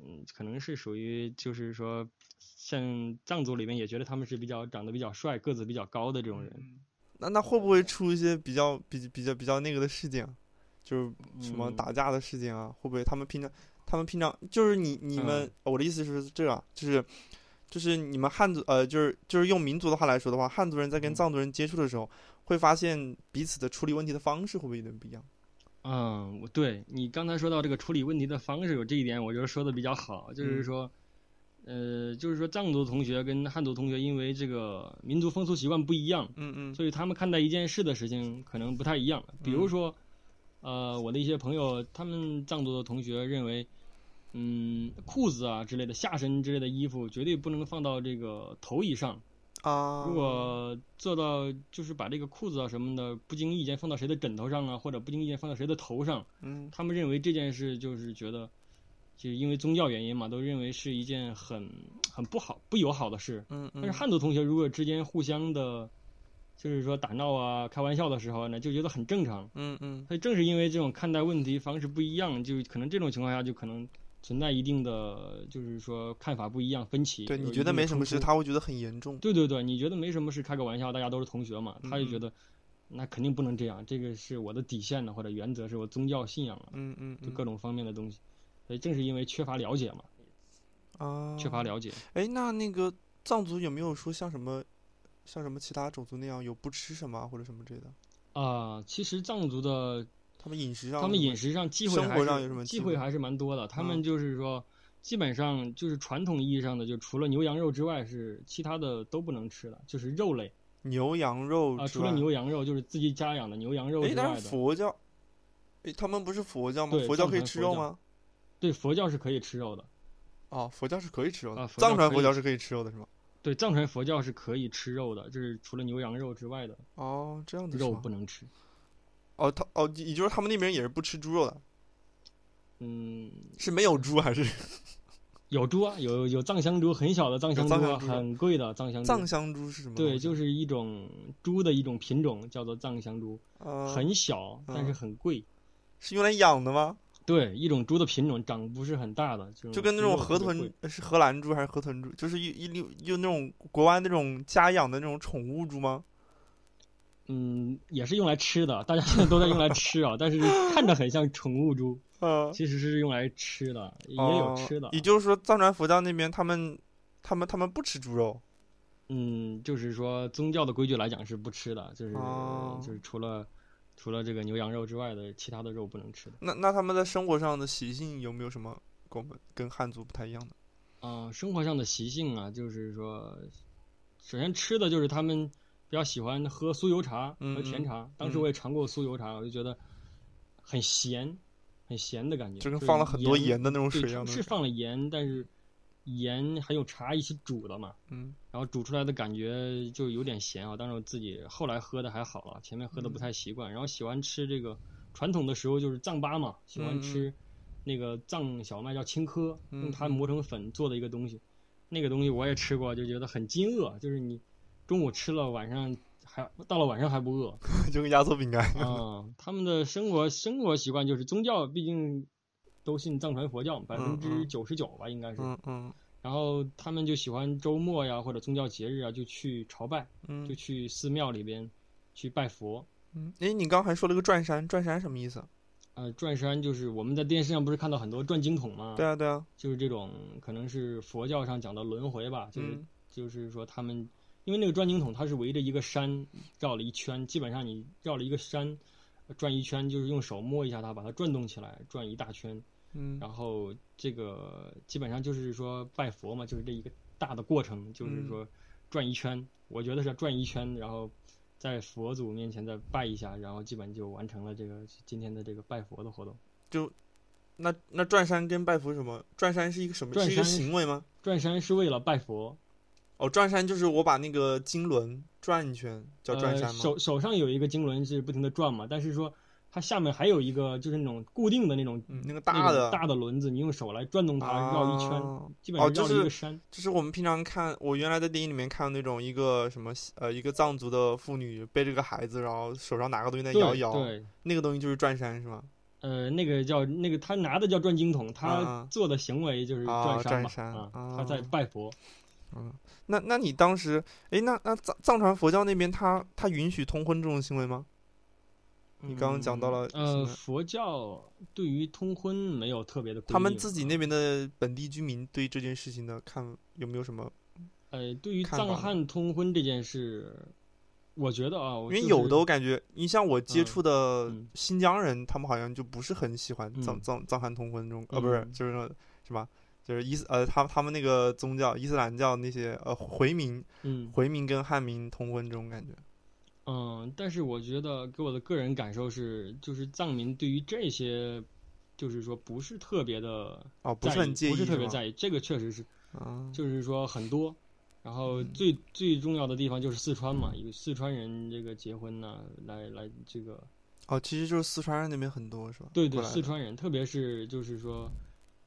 S2: 嗯，可能是属于就是说，像藏族里面也觉得他们是比较长得比较帅、个子比较高的这种人。
S1: 那那会不会出一些比较比比较比较那个的事件啊？就是什么
S2: 嗯
S1: 打架的事件啊？会不会他们平常他们平常就是你你们、
S2: 嗯
S1: 我的意思是这样，就是就是你们汉族呃就是就是用民族的话来说的话，汉族人在跟
S2: 嗯
S1: 藏族人接触的时候，会发现彼此的处理问题的方式会不会有点不一样？
S2: 嗯，我对你刚才说到这个处理问题的方式，有这一点我觉得说的比较好，就是
S1: 嗯
S2: 说，呃，就是说藏族同学跟汉族同学因为这个民族风俗习惯不一样，
S1: 嗯嗯
S2: 所以他们看待一件事的事情可能不太一样。比如
S1: 嗯
S2: 说，呃，我的一些朋友，他们藏族的同学认为，嗯，裤子啊之类的下身之类的衣服绝对不能放到这个头以上。
S1: 啊，
S2: 如果做到就是把这个裤子啊什么的不经意间放到谁的枕头上啊，或者不经意间放到谁的头上，
S1: 嗯
S2: 他们认为这件事就是觉得，就是因为宗教原因嘛，都认为是一件很很不好不友好的事。
S1: 嗯
S2: 但是
S1: 嗯
S2: 汉族同学如果之间互相的，就是说打闹啊、开玩笑的时候呢，就觉得很正常。
S1: 嗯嗯
S2: 所以正是因为这种看待问题方式不一样，就可能这种情况下就可能存在一定的，就是说看法不一样、分歧。
S1: 对，
S2: 有
S1: 你
S2: 一
S1: 觉得
S2: 定的
S1: 没什么
S2: 冲
S1: 事，
S2: 突
S1: 他会觉得很严重。
S2: 对对对，你觉得没什么事，开个玩笑，大家都是同学嘛，他就觉
S1: 嗯嗯
S2: 得那肯定不能这样，这个是我的底线呢，或者原则是我宗教信仰啊，
S1: 嗯嗯
S2: 就
S1: 嗯
S2: 各种方面的东西。所以正是因为缺乏了解嘛，
S1: 啊，
S2: 缺乏了解。
S1: 哎，那那个藏族有没有说像什么，像什么其他种族那样有不吃什么啊或者什么之类的？
S2: 啊、其实藏族的
S1: 他们饮食上，
S2: 他们饮，食上忌讳
S1: 生
S2: 还
S1: 活
S2: 是
S1: 上有什么
S2: 忌
S1: 忌
S2: 讳
S1: 讳
S2: 还是蛮多的。他
S1: 嗯
S2: 们就是说，基本上就是传统意义上的，就除了牛羊肉之外，是其他的都不能吃的，就是肉类
S1: 牛羊肉
S2: 啊、
S1: 之
S2: 除了
S1: 外，
S2: 牛羊肉，就是自己家养的牛羊肉
S1: 哎，
S2: 之
S1: 但
S2: 外
S1: 是
S2: 的，
S1: 佛教，哎，他们不是佛教吗？
S2: 对
S1: 佛教
S2: 藏
S1: 可以
S2: 传
S1: 吃
S2: 佛
S1: 肉
S2: 教
S1: 吗？
S2: 对佛教是可以吃肉的，
S1: 哦，佛教是可以吃肉的，
S2: 啊佛
S1: 藏
S2: 教
S1: 传
S2: 可
S1: 佛
S2: 以
S1: 教是可以吃肉的，是吗？
S2: 对藏传佛教是可以吃肉的，就是除了牛羊肉之外的
S1: 哦，这样子是
S2: 肉
S1: 吗
S2: 不能吃。
S1: 哦，他哦，也就是他们那边也是不吃猪肉的，
S2: 嗯，
S1: 是没有猪还是
S2: 有猪啊，有有藏香猪，很小的藏
S1: 有
S2: 香
S1: 藏
S2: 猪啊，
S1: 香猪
S2: 很贵的藏香
S1: 藏
S2: 猪。
S1: 香猪是什么东西？
S2: 嗯对，就是一种猪的一种品种，叫做藏香猪，
S1: 呃
S2: 很小，但是
S1: 嗯
S2: 很贵。
S1: 是用来养的吗？
S2: 对，一种猪的品种长不是很大的，就
S1: 就跟那种河豚是荷兰猪还是河豚猪，就是一一溜就那种国外那种家养的那种宠物猪吗？
S2: 嗯，也是用来吃的，大家 现在都在用来吃啊，但是看着很像宠物猪，
S1: 嗯，
S2: 其实是用来吃的，也
S1: 哦
S2: 有吃的。啊
S1: 也就是说，藏传佛教那边他们他们他们不吃猪肉，
S2: 嗯，就是说宗教的规矩来讲是不吃的，就是、
S1: 哦
S2: 就是除了除了这个牛羊肉之外的其他的肉不能吃的。
S1: 那那他们在生活上的习性有没有什么跟我们跟汉族不太一样的？
S2: 啊、生活上的习性啊，就是说，首先吃的就是他们比较喜欢喝酥油茶和
S1: 嗯嗯
S2: 甜茶。当时我也尝过酥油茶，我就觉得很咸，很咸的感觉，
S1: 就
S2: 就
S1: 跟
S2: 是
S1: 放了很多
S2: 盐
S1: 盐的那种
S2: 对
S1: 水一样的
S2: 是放了盐，但是盐还有茶一起煮的嘛，
S1: 嗯
S2: 然后煮出来的感觉就有点咸啊。但是我自己后来喝的还好了，前面喝的
S1: 嗯
S2: 不太习惯。然后喜欢吃这个传统的食物就是藏巴嘛，喜
S1: 嗯
S2: 欢
S1: 嗯
S2: 吃那个藏小麦叫青稞，用它
S1: 嗯嗯
S2: 磨成粉做的一个东西。那个东西我也吃过，就觉得很惊愕，就是你中午吃了，晚上还到了晚上还不饿
S1: 就跟压缩饼干一样。
S2: 啊、他们的生活生活习惯就是宗教，毕竟都信藏传佛教，百分之九十九吧，应该是。
S1: 嗯嗯
S2: 然后他们就喜欢周末呀或者宗教节日啊，就去朝拜，就
S1: 嗯
S2: 去寺庙里边去拜佛。
S1: 嗯，诶，你刚还说了个转山，转山什么意思？啊
S2: 呃，转山就是我们在电视上不是看到很多转经筒吗？
S1: 对，啊对啊，
S2: 就是这种可能是佛教上讲的轮回吧，就是、
S1: 嗯
S2: 就是说他们因为那个转经筒它是围着一个山绕了一圈，基本上你绕了一个山呃转一圈，就是用手摸一下它，把它转动起来，转一大圈。
S1: 嗯
S2: 然后这个基本上就是说拜佛嘛，就是这一个大的过程，就是
S1: 嗯
S2: 说转一圈，我觉得是转一圈，然后在佛祖面前再拜一下，然后基本就完成了这个今天的这个拜佛的活动。
S1: 那那转山跟拜佛什么？转山是一个什么？
S2: 转
S1: 是一个
S2: 山
S1: 行为吗？
S2: 转山是为了拜佛，
S1: 哦，转山就是我把那个经轮转一圈，叫转山
S2: 呃、
S1: 吗？
S2: 手手上有一个经轮是不停的转嘛，但是说它下面还有一个就是那种固定的那种
S1: 嗯，那个
S2: 那
S1: 大
S2: 种
S1: 的
S2: 大的轮子，你用手来转动它
S1: 啊
S2: 绕一圈，基本
S1: 哦
S2: 上
S1: 就
S2: 绕了一
S1: 是
S2: 个山。
S1: 就是我们平常看，我原来在电影里面看那种一个什么呃，一个藏族的妇女背着个孩子，然后手上拿个东西在
S2: 对
S1: 摇一摇，
S2: 对，
S1: 那个东西就是转山是吗？
S2: 呃，那个叫那个他拿的叫转经筒，
S1: 啊
S2: 他做的行为就是转山嘛，
S1: 啊转山
S2: 啊
S1: 啊
S2: 他在拜佛。
S1: 嗯，那那你当时，诶，那那藏藏传佛教那边他他允许通婚这种行为吗？你刚刚讲到了
S2: 嗯
S1: 什
S2: 呃，
S1: 么
S2: 佛教对于通婚没有特别的规定，啊
S1: 他们自己那边的本地居民对这件事情的看有没有什么？
S2: 呃，对于
S1: 看法
S2: 藏
S1: 呢
S2: 汉通婚这件事，我觉得啊，
S1: 因
S2: 我
S1: 为
S2: 就是
S1: 有的我感觉，你像我接
S2: 嗯
S1: 触的
S2: 嗯
S1: 新疆人，他们好像就不是很喜欢藏
S2: 嗯
S1: 藏藏汉通婚这种，呃，不是，
S2: 嗯
S1: 就是那什么，就是伊斯呃，他他们那个宗教伊斯兰教那些呃回民
S2: 嗯
S1: 回民跟汉民通婚这种感觉。
S2: 嗯，但是我觉得给我的个人感受是，就是藏民对于这些，就是说不是特别的
S1: 哦，不
S2: 在
S1: 是很介
S2: 意，
S1: 意，
S2: 不是特别
S1: 吗
S2: 在意，这个确实是
S1: 啊，
S2: 就是说很多，然后
S1: 嗯
S2: 最最重要的地方就是四川嘛，有四川人这个结婚呐，来来这个，
S1: 哦，其实就是四川人那边很多是吧？
S2: 对
S1: 过
S2: 对，
S1: 来
S2: 四
S1: 的
S2: 川人，特别是就是说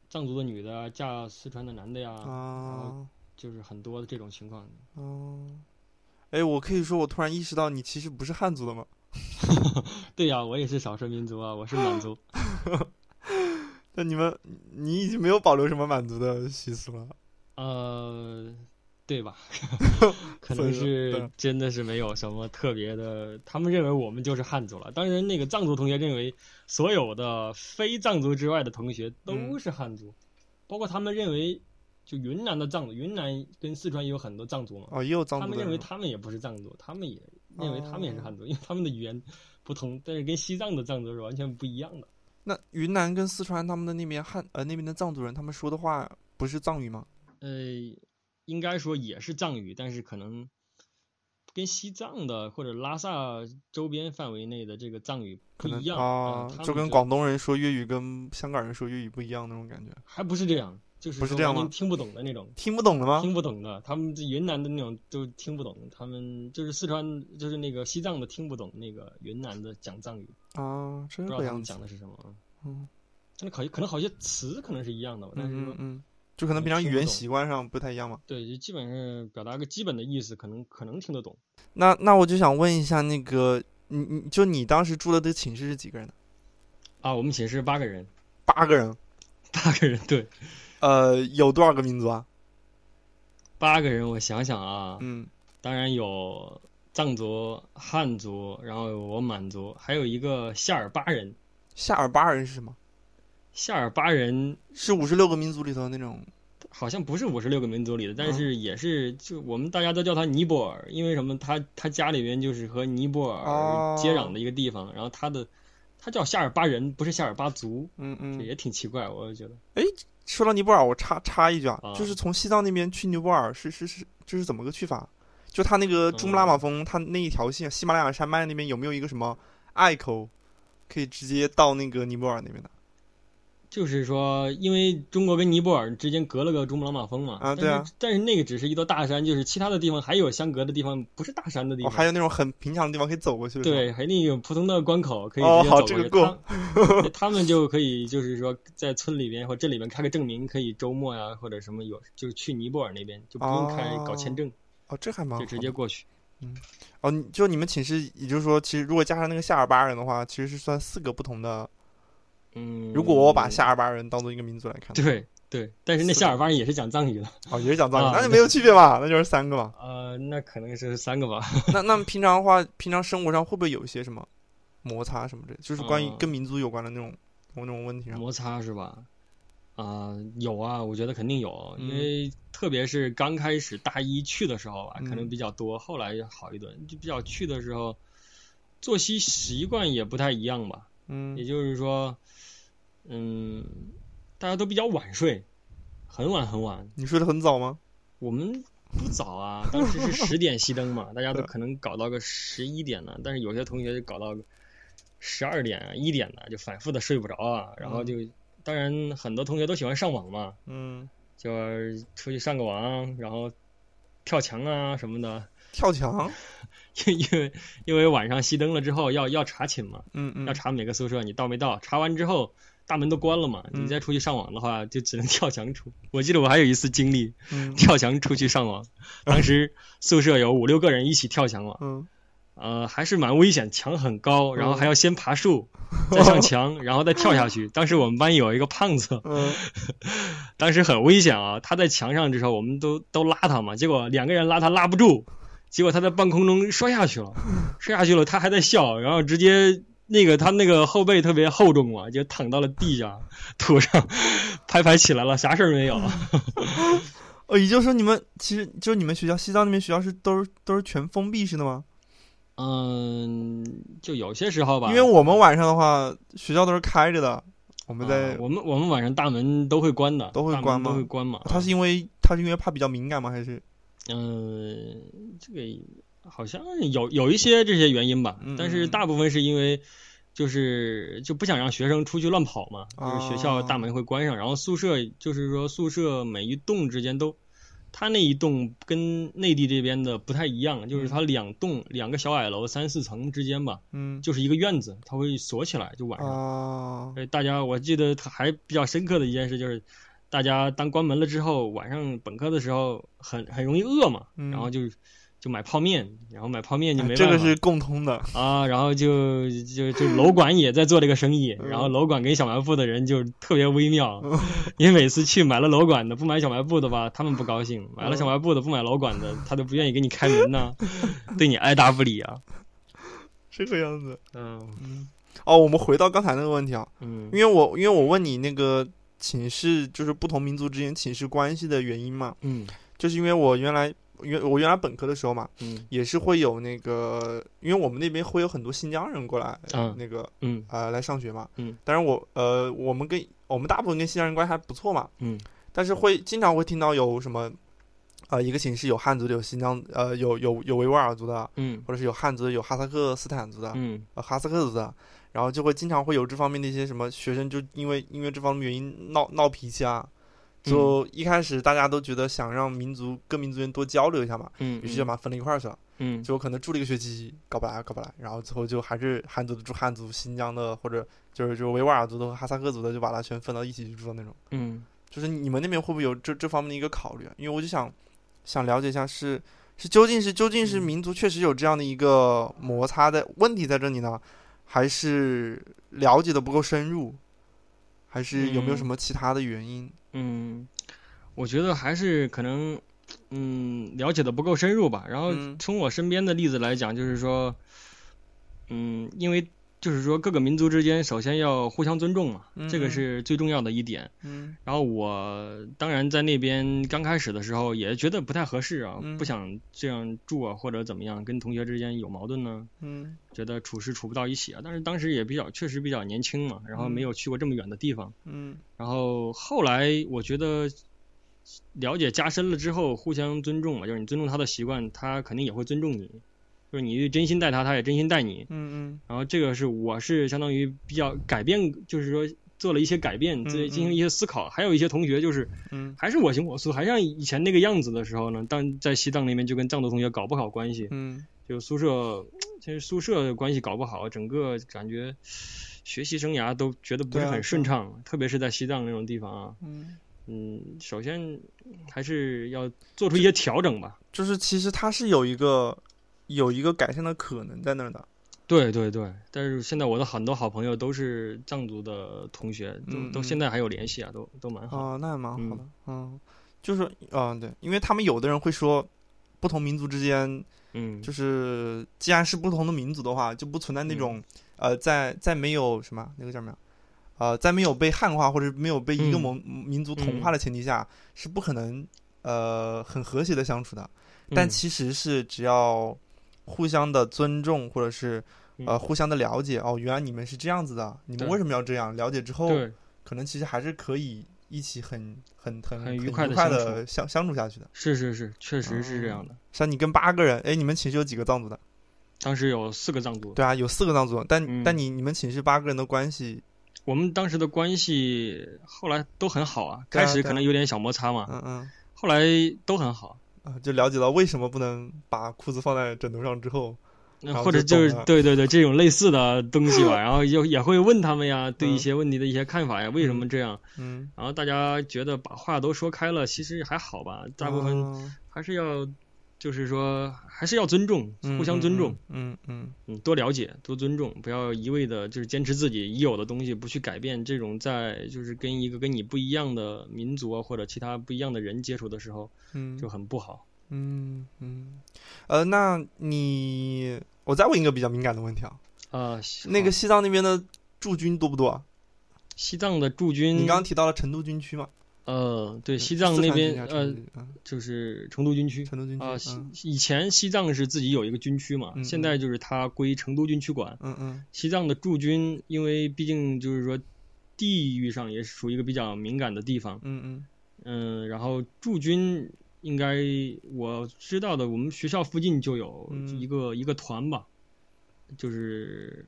S2: 藏族的女的啊嫁四川的男的呀，
S1: 啊，
S2: 就是很多的这种情况。
S1: 哦，哎，我可以说，我突然意识到你其实不是汉族的吗？
S2: 对呀，我也是少数民族啊，我是满族。
S1: 但你们，你已经没有保留什么满族的习俗了。
S2: 呃，对吧？ 可
S1: 所以
S2: 能
S1: 说
S2: 是
S1: 对
S2: 真的是没有什么特别的，他们认为我们就是汉族了。当然，那个藏族同学认为所有的非藏族之外的同学都
S1: 嗯
S2: 是汉族，包括他们认为就云南的藏族，云南跟四川也有很多藏族嘛，
S1: 哦，也有藏
S2: 他
S1: 族哦
S2: 们
S1: 的
S2: 认为
S1: 人吗。
S2: 他们也不是藏族，他们也认为他们也是汉族，因为他们的语言不同，但是跟西藏的藏族是完全不一样的。
S1: 那云南跟四川他们的那边汉呃那边的藏族人，他们说的话不是藏语吗？
S2: 呃，应该说也是藏语，但是可能跟西藏的或者拉萨周边范围内的这个藏语
S1: 可
S2: 不
S1: 能
S2: 一样呃
S1: 啊，
S2: 他
S1: 就
S2: 们
S1: 跟
S2: 这
S1: 广东人说粤语跟香港人说粤语不一样那种感觉。
S2: 还不是这样，就是
S1: 不是
S2: 说
S1: 这样
S2: 完全
S1: 吗啊
S2: 听不懂的那种，
S1: 听不懂了吗？
S2: 听不懂的，他们这云南的那种都听不懂，他们就是四川，就是那个西藏的听不懂那个云南的讲藏语，
S1: 啊，这
S2: 不知道
S1: 个
S2: 他
S1: 样
S2: 们
S1: 子
S2: 讲。的是什么啊。
S1: 嗯
S2: 那可可能好些词可能是一样的吧，但是
S1: 嗯
S2: 说
S1: 嗯，就可能平常
S2: 听
S1: 语
S2: 不
S1: 言
S2: 懂
S1: 习惯上不太一样嘛。
S2: 对，就基本上表达个基本的意思，可能可能听得懂。
S1: 那那我就想问一下，那个你你就你当时住的这个寝室是几个人的？
S2: 啊，我们寝室八个人，
S1: 八个人，
S2: 八个人对，
S1: 呃，有多少个民族啊？
S2: 八个人，我想想啊，
S1: 嗯，
S2: 当然有藏族、汉族，然后有满族，还有一个夏尔巴人。
S1: 夏尔巴人是什么？
S2: 夏尔巴人
S1: 是五十六个民族里头那种
S2: 好像不是五十六个民族里的，但
S1: 嗯
S2: 是也是就我们大家都叫他尼泊尔，因为什么？他他家里边就是和尼泊
S1: 哦
S2: 尔接壤的一个地方，然后他的他叫夏尔巴人，不是夏尔巴族，
S1: 嗯
S2: 这
S1: 嗯。
S2: 也挺奇怪，我觉得。
S1: 说到尼泊尔，我插插一句啊，
S2: 啊
S1: 就是从西藏那边去尼泊尔是是是，这是怎么个去法？就它那个珠穆朗玛
S2: 嗯
S1: 峰，它那一条线，喜马拉雅山脉那边有没有一个什么隘口，可以直接到那个尼泊尔那边的？
S2: 就是说，因为中国跟尼泊尔之间隔了个珠穆朗玛峰嘛，
S1: 啊
S2: 但
S1: 对啊
S2: 是但是那个只是一座大山，就是其他的地方还有相隔的地方，不是大山的地
S1: 哦，
S2: 方。
S1: 还有那种很平常的地方可以走过去的。是吧，
S2: 对，还有那种普通的关口可以
S1: 哦
S2: 直接
S1: 好
S2: 走
S1: 这
S2: 过
S1: 个
S2: 去。
S1: 够
S2: 他他们就可以就是说在村里边或镇里边开个证明，可以周末呀、或者什么有，就是去尼泊尔那边就不用开
S1: 哦
S2: 搞签证，
S1: 哦，这还蛮好的。
S2: 就直接过去。
S1: 哦，你就你们寝室，也就是说，其实如果加上那个夏尔巴人的话，其实是算四个不同的。
S2: 嗯，
S1: 如果我把夏尔巴人当做一个民族来看的话，
S2: 对对，但是那
S1: 是
S2: 夏尔巴人也是讲藏语的，
S1: 哦，也是讲藏语，
S2: 啊
S1: 那就没有区别嘛，那就是三个嘛。
S2: 呃，那可能是三个吧。
S1: 那那么平常的话，平常生活上会不会有一些什么摩擦什么的？就是关于
S2: 嗯
S1: 跟民族有关的那种那种问题上。
S2: 摩擦是吧？啊、有啊，我觉得肯定有，
S1: 嗯
S2: 因为特别是刚开始大一去的时候吧，
S1: 嗯
S2: 可能比较多，后来也好一点。就比较去的时候，作息习惯也不太一样吧，也
S1: 嗯
S2: 就是说，嗯，大家都比较晚睡，很晚很晚。
S1: 你睡得很早吗？
S2: 我们不早啊，当时是十点熄灯嘛，大家都
S1: 对
S2: 可能搞到个十一点呢、但是有些同学就搞到十二点啊、一点呢、就反复的睡不着啊，然后就、当然很多同学都喜欢上网嘛，
S1: 嗯，
S2: 就是出去上个网，然后跳墙啊什么的，
S1: 跳墙。
S2: 因因为因为晚上熄灯了之后要要查寝嘛，
S1: 嗯嗯
S2: 要。查每个宿舍你到没到，查完之后。大门都关了嘛，
S1: 嗯
S2: 你再出去上网的话，就只能 跳墙出。我记得我还有一次经历，
S1: 嗯
S2: 跳墙出去上网。当时宿舍有五六个人一起跳墙网，
S1: 嗯
S2: 呃，还是蛮危险，墙很高，然后还要先爬树，再 上墙，然后再跳下去。当时我们班有一个胖子，
S1: 嗯
S2: 当时很危险啊，他在墙上的时候，我们都都拉他嘛，结果两个人拉他拉不住，结果他在半空中摔下去了，摔下去了，他还在笑，然后直接。那个他那个后背特别厚重嘛，就躺到了地上、土上， 拍拍起来了，啥事儿没有。
S1: 哦，也就是说你们其实就是你们学校西藏那边学校是都是都是全封闭式的吗？
S2: 嗯，就有些时候吧，
S1: 因为我们晚上的话，学校都是开着的，我们在
S2: 啊、我们我们晚上大门都会关的，
S1: 都会
S2: 大门
S1: 关吗
S2: 都会关嘛。
S1: 他是因为他是因为怕比较敏感吗？还是
S2: 嗯、这个好像有有一些这些原因吧，
S1: 嗯
S2: 但是大部分是因为就是就不想让学生出去乱跑嘛，就是学
S1: 哦
S2: 校大门会关上，然后宿舍就是说宿舍每一栋之间都。它那一栋跟内地这边的不太一样，就是它两栋、两个小矮楼三四层之间吧，
S1: 嗯
S2: 就是一个院子，它会锁起来，就晚上。
S1: 啊
S2: 呃，大家我记得他还比较深刻的一件事就是，大家当关门了之后，晚上本科的时候很很容易饿嘛，
S1: 嗯啊哎
S2: 然后就就买泡面，然后买泡面就没
S1: 这
S2: 办
S1: 个
S2: 法、
S1: 是共通的，
S2: 啊，然后就就就楼管也在做这个生意，
S1: 嗯
S2: 然后楼管跟小卖部的人就特别微妙， 因为每次去买了楼管的不买小卖部的吧，他们不高兴；买了小卖部的不买楼管的，他都不愿意给你开门 呐，对你爱答不理啊。
S1: 这个样子。
S2: 嗯
S1: 嗯，哦，我们回到刚才那个问题啊，
S2: 嗯
S1: 因为我因为我问你那个寝室就是不同民族之间寝室关系的原因嘛，
S2: 嗯
S1: 就是因为我原来原我原来本科的时候嘛，
S2: 嗯
S1: 也是会有那个，因为我们那边会有很多新疆人过来，
S2: 嗯
S1: 那个
S2: 嗯
S1: 呃来上学嘛，
S2: 嗯，
S1: 当然我呃我们跟我们大部分跟新疆人关系还不错嘛，
S2: 嗯
S1: 但是会经常会听到有什么。呃，一个寝室有汉族的，有新疆，呃，有有有维吾尔族的，
S2: 嗯
S1: 或者是有汉族的，有哈萨克斯坦族的，
S2: 嗯
S1: 呃哈萨克族的，然后就会经常会有这方面的一些什么学生就因为因为这方面原因闹闹脾气啊。就一开始大家都觉得想让民族跟民族人多交流一下嘛，
S2: 嗯，
S1: 于是就把它分了一块儿去了。
S2: 嗯
S1: 结果可能住了一个学期，搞不来搞不来，然后最后就还是汉族的住汉族，新疆的或者就是就是维吾尔族的和哈萨克族的就把它全分到一起去住的那种。
S2: 嗯
S1: 就是你们那边会不会有这这方面的一个考虑啊？因为我就想想了解一下是，是究竟是究竟是
S2: 嗯
S1: 民族确实有这样的一个摩擦的问题在这里呢，还是了解的不够深入，还是有没有
S2: 嗯
S1: 什么其他的原因？
S2: 嗯，我觉得还是可能，嗯，了解的不够深入吧。然后
S1: 嗯
S2: 从我身边的例子来讲，就是说，嗯，因为就是说各个民族之间首先要互相尊重嘛，这
S1: 嗯
S2: 个
S1: 嗯
S2: 是最重要的一点。
S1: 嗯
S2: 然后我当然在那边刚开始的时候也觉得不太合适啊，
S1: 嗯
S2: 不想这样住啊，或者怎么样，跟同学之间有矛盾呢、
S1: 嗯
S2: 觉得处事处不到一起啊。但是当时也比较确实比较年轻嘛，然后没
S1: 嗯
S2: 有去过这么远的地方。
S1: 嗯
S2: 然后后来我觉得了解加深了之后，互相尊重嘛，就是你尊重他的习惯，他肯定也会尊重你。就是你真心待他，他也真心待你。
S1: 嗯
S2: 然后这个是我是相当于比较改变，就是说做了一些改变，自己进行一些思考。还有一些同学就是
S1: 嗯
S2: 还是我行我素，还像以前那个样子的时候呢，但在西藏那边就跟藏族同学搞不好关系，
S1: 嗯
S2: 就宿舍，其实宿舍的关系搞不好，整个感觉学习生涯都觉得不
S1: 对
S2: 是
S1: 啊对啊
S2: 很顺畅，特别是在西藏那种地方啊。
S1: 嗯，
S2: 嗯，首先还是要做出一些调整吧。
S1: 就是其实它是有一个有一个改善的可能在那儿的。
S2: 对对对，但是现在我的很多好朋友都是藏族的同学，都、
S1: 嗯
S2: 都
S1: 嗯
S2: 现在还有联系啊，都都蛮好。
S1: 哦，那还蛮好
S2: 嗯
S1: 的，嗯，就是，嗯、对，因为他们有的人会说，不同民族之间，
S2: 嗯，
S1: 就是既然是不同的民族的话，就不存在那
S2: 嗯
S1: 种，呃，在在没有什么那个叫什么呀，呃，在没有被汉化或者没有被一个
S2: 嗯
S1: 蒙民族同化的前提下，是不可能，呃，很和谐的相处的。但
S2: 嗯
S1: 其实是只要互相的尊重，或者是呃
S2: 嗯
S1: 互相的了解，哦，原来你们是这样子的，你们
S2: 对
S1: 为什么要这样？了解之后，
S2: 对，
S1: 可能其实还是可以一起很很很
S2: 很
S1: 很
S2: 愉
S1: 愉
S2: 快
S1: 快
S2: 地相
S1: 的相相处下去的。
S2: 是是是，确实是这样的。
S1: 像你跟八个人，哎，你们寝室有几个藏族的？
S2: 当时有四个藏族，
S1: 对啊，有四个藏族，但、
S2: 嗯
S1: 但你你们寝室八个人的关系，
S2: 我们当时的关系后来都很好啊，
S1: 对啊
S2: 开始
S1: 对
S2: 可能
S1: 啊
S2: 有点小摩擦嘛，
S1: 嗯嗯。
S2: 后来都很好，
S1: 啊，就了解到为什么不能把裤子放在枕头上之后，
S2: 那
S1: 然后
S2: 或者
S1: 就
S2: 就是
S1: 懂了
S2: 对对对这种类似的东西 吧，然后又也会问他们呀，对
S1: 嗯
S2: 一些问题的一些看法呀，为什么这样？
S1: 嗯，
S2: 然后大家觉得把话都说开了，其实还好吧，大部分
S1: 哦
S2: 还是要，就是说还是要尊重，
S1: 嗯
S2: 互相尊重，，
S1: 嗯嗯
S2: 嗯，多了解，多尊重，不要一味的就是坚持自己已有的东西不去改变，这种在就是跟一个跟你不一样的民族啊或者其他不一样的人接触的时候
S1: 嗯，
S2: 就很不好。
S1: 嗯嗯，呃，那你我再问一个比较敏感的问题啊，
S2: 啊、
S1: 那
S2: 好
S1: 个西藏那边的驻军多不多啊？
S2: 西藏的驻军，
S1: 你刚刚提到了成都军区嘛？
S2: 呃，嗯对，
S1: 嗯
S2: 西藏
S1: 四
S2: 那
S1: 川军
S2: 边
S1: 还是
S2: 呃
S1: 成都军嗯
S2: 就是成都军区
S1: 成都军区
S2: 啊、西
S1: 嗯
S2: 以前西藏是自己有一个军区嘛，
S1: 嗯
S2: 现
S1: 嗯
S2: 在就是它归成都军区管。
S1: 嗯嗯
S2: 西藏的驻军，因为毕竟就是说地域上也是属于一个比较敏感的地方，
S1: 嗯嗯
S2: 嗯，然后驻军应该我知道的，我们学校附近就有
S1: 嗯
S2: 一个、一个团吧，就是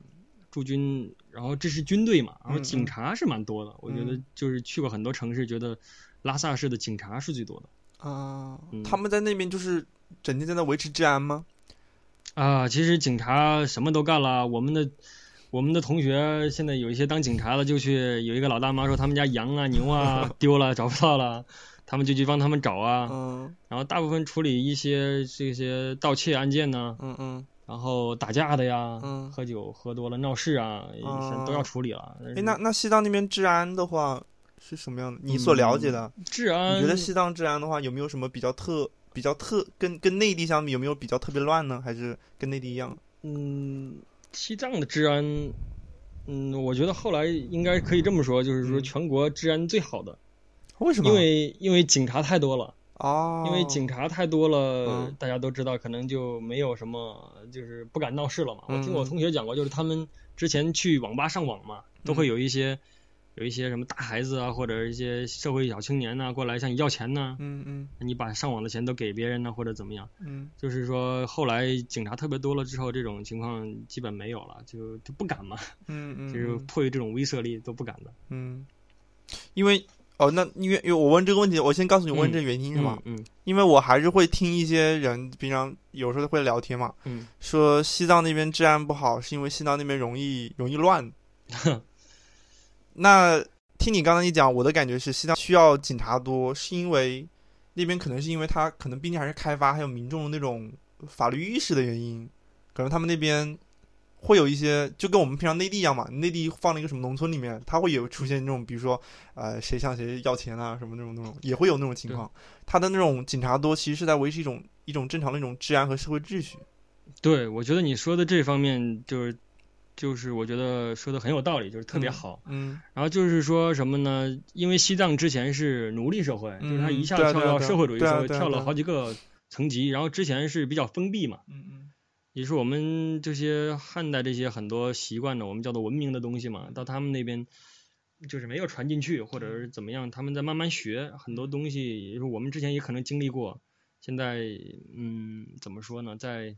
S2: 驻军，然后这是军队嘛，然后
S1: 嗯
S2: 警
S1: 嗯
S2: 察是蛮多的，我觉得
S1: 嗯
S2: 就是去过很多城市，觉得拉萨市的警察是最多的
S1: 啊
S2: 嗯，
S1: 他们在那边就是整天在那维持治安吗？
S2: 啊。其实警察什么都干了，我们的。我们的同学现在有一些当警察的，就去有一个老大妈说他们家羊啊、牛啊 丢了找不到了，他们就去帮他们找啊。
S1: 嗯
S2: 然后大部分处理一些这些盗窃案件呢，
S1: 嗯嗯，
S2: 然后打架的呀，
S1: 嗯
S2: 喝酒喝多了闹事啊，也是都要处理了。但
S1: 哎，
S2: 是
S1: 那那西藏那边治安的话是什么样的？你所了解的，
S2: 治
S1: 你
S2: 安
S1: 觉得西藏治安的话有没有什么比较特？比较特跟跟内地相比，有没有比较特别乱呢？还是跟内地一样？
S2: 嗯，西藏的治安，嗯，我觉得后来应该可以这么说，就是说
S1: 嗯
S2: 全国治安最好的，
S1: 为什么？
S2: 因为因为警察太多了，
S1: 哦，
S2: 因为警察太多了，
S1: 嗯
S2: 大家都知道，可能就没有什么，就是不敢闹事了嘛。我听我
S1: 嗯
S2: 同学讲过，就是他们之前去网吧上网嘛，都
S1: 嗯
S2: 会有一些。有一些什么大孩子啊，或者一些社会小青年呐、过来向你要钱呐、
S1: 嗯嗯
S2: 你把上网的钱都给别人呢，或者怎么样？
S1: 嗯
S2: 就是说，后来警察特别多了之后，这种情况基本没有了，就就不敢嘛，
S1: 嗯嗯，
S2: 就是
S1: 嗯
S2: 迫于这种威慑力都不敢的。
S1: 嗯，因为哦，那因为因为我问这个问题，我先告诉你
S2: 嗯
S1: 问这个原因是吗？
S2: 嗯
S1: 因为我还是会听一些人平常有时候会聊天嘛，
S2: 嗯
S1: 说西藏那边治安不好，是因为西藏那边容易容易乱。
S2: 嗯，
S1: 那听你刚才一讲，我的感觉是西藏需要警察多，是因为那边可能是因为它可能毕竟还是开发，还有民众的那种法律意识的原因，可能他们那边会有一些，就跟我们平常内地一样嘛，内地放了一个什么农村里面，它会有出现那种，比如说，呃，谁向谁要钱啊，什么那种那种，也会有那种情况。他的那种警察多，其实是在维持一种一种正常的一种治安和社会秩序。
S2: 对，我觉得你说的这方面就是，就是我觉得说的很有道理，就是特别好。
S1: 嗯，
S2: 然后就是说什么呢？因为西藏之前是奴隶社会，就是它
S1: 嗯
S2: 一下
S1: 对啊
S2: 跳
S1: 对啊
S2: 到
S1: 对啊
S2: 社会主义
S1: 对啊
S2: 社会，
S1: 对啊
S2: 跳
S1: 对
S2: 了
S1: 啊
S2: 好几个层级。然后之前是比较封闭嘛，
S1: 嗯嗯，
S2: 也是我们这些汉代这些很多习惯的，我们叫做文明的东西嘛，到他们那边就是没有传进去，或者是怎么样，他们在慢慢学很多东西，也就是我们之前也可能经历过，现在嗯怎么说呢，在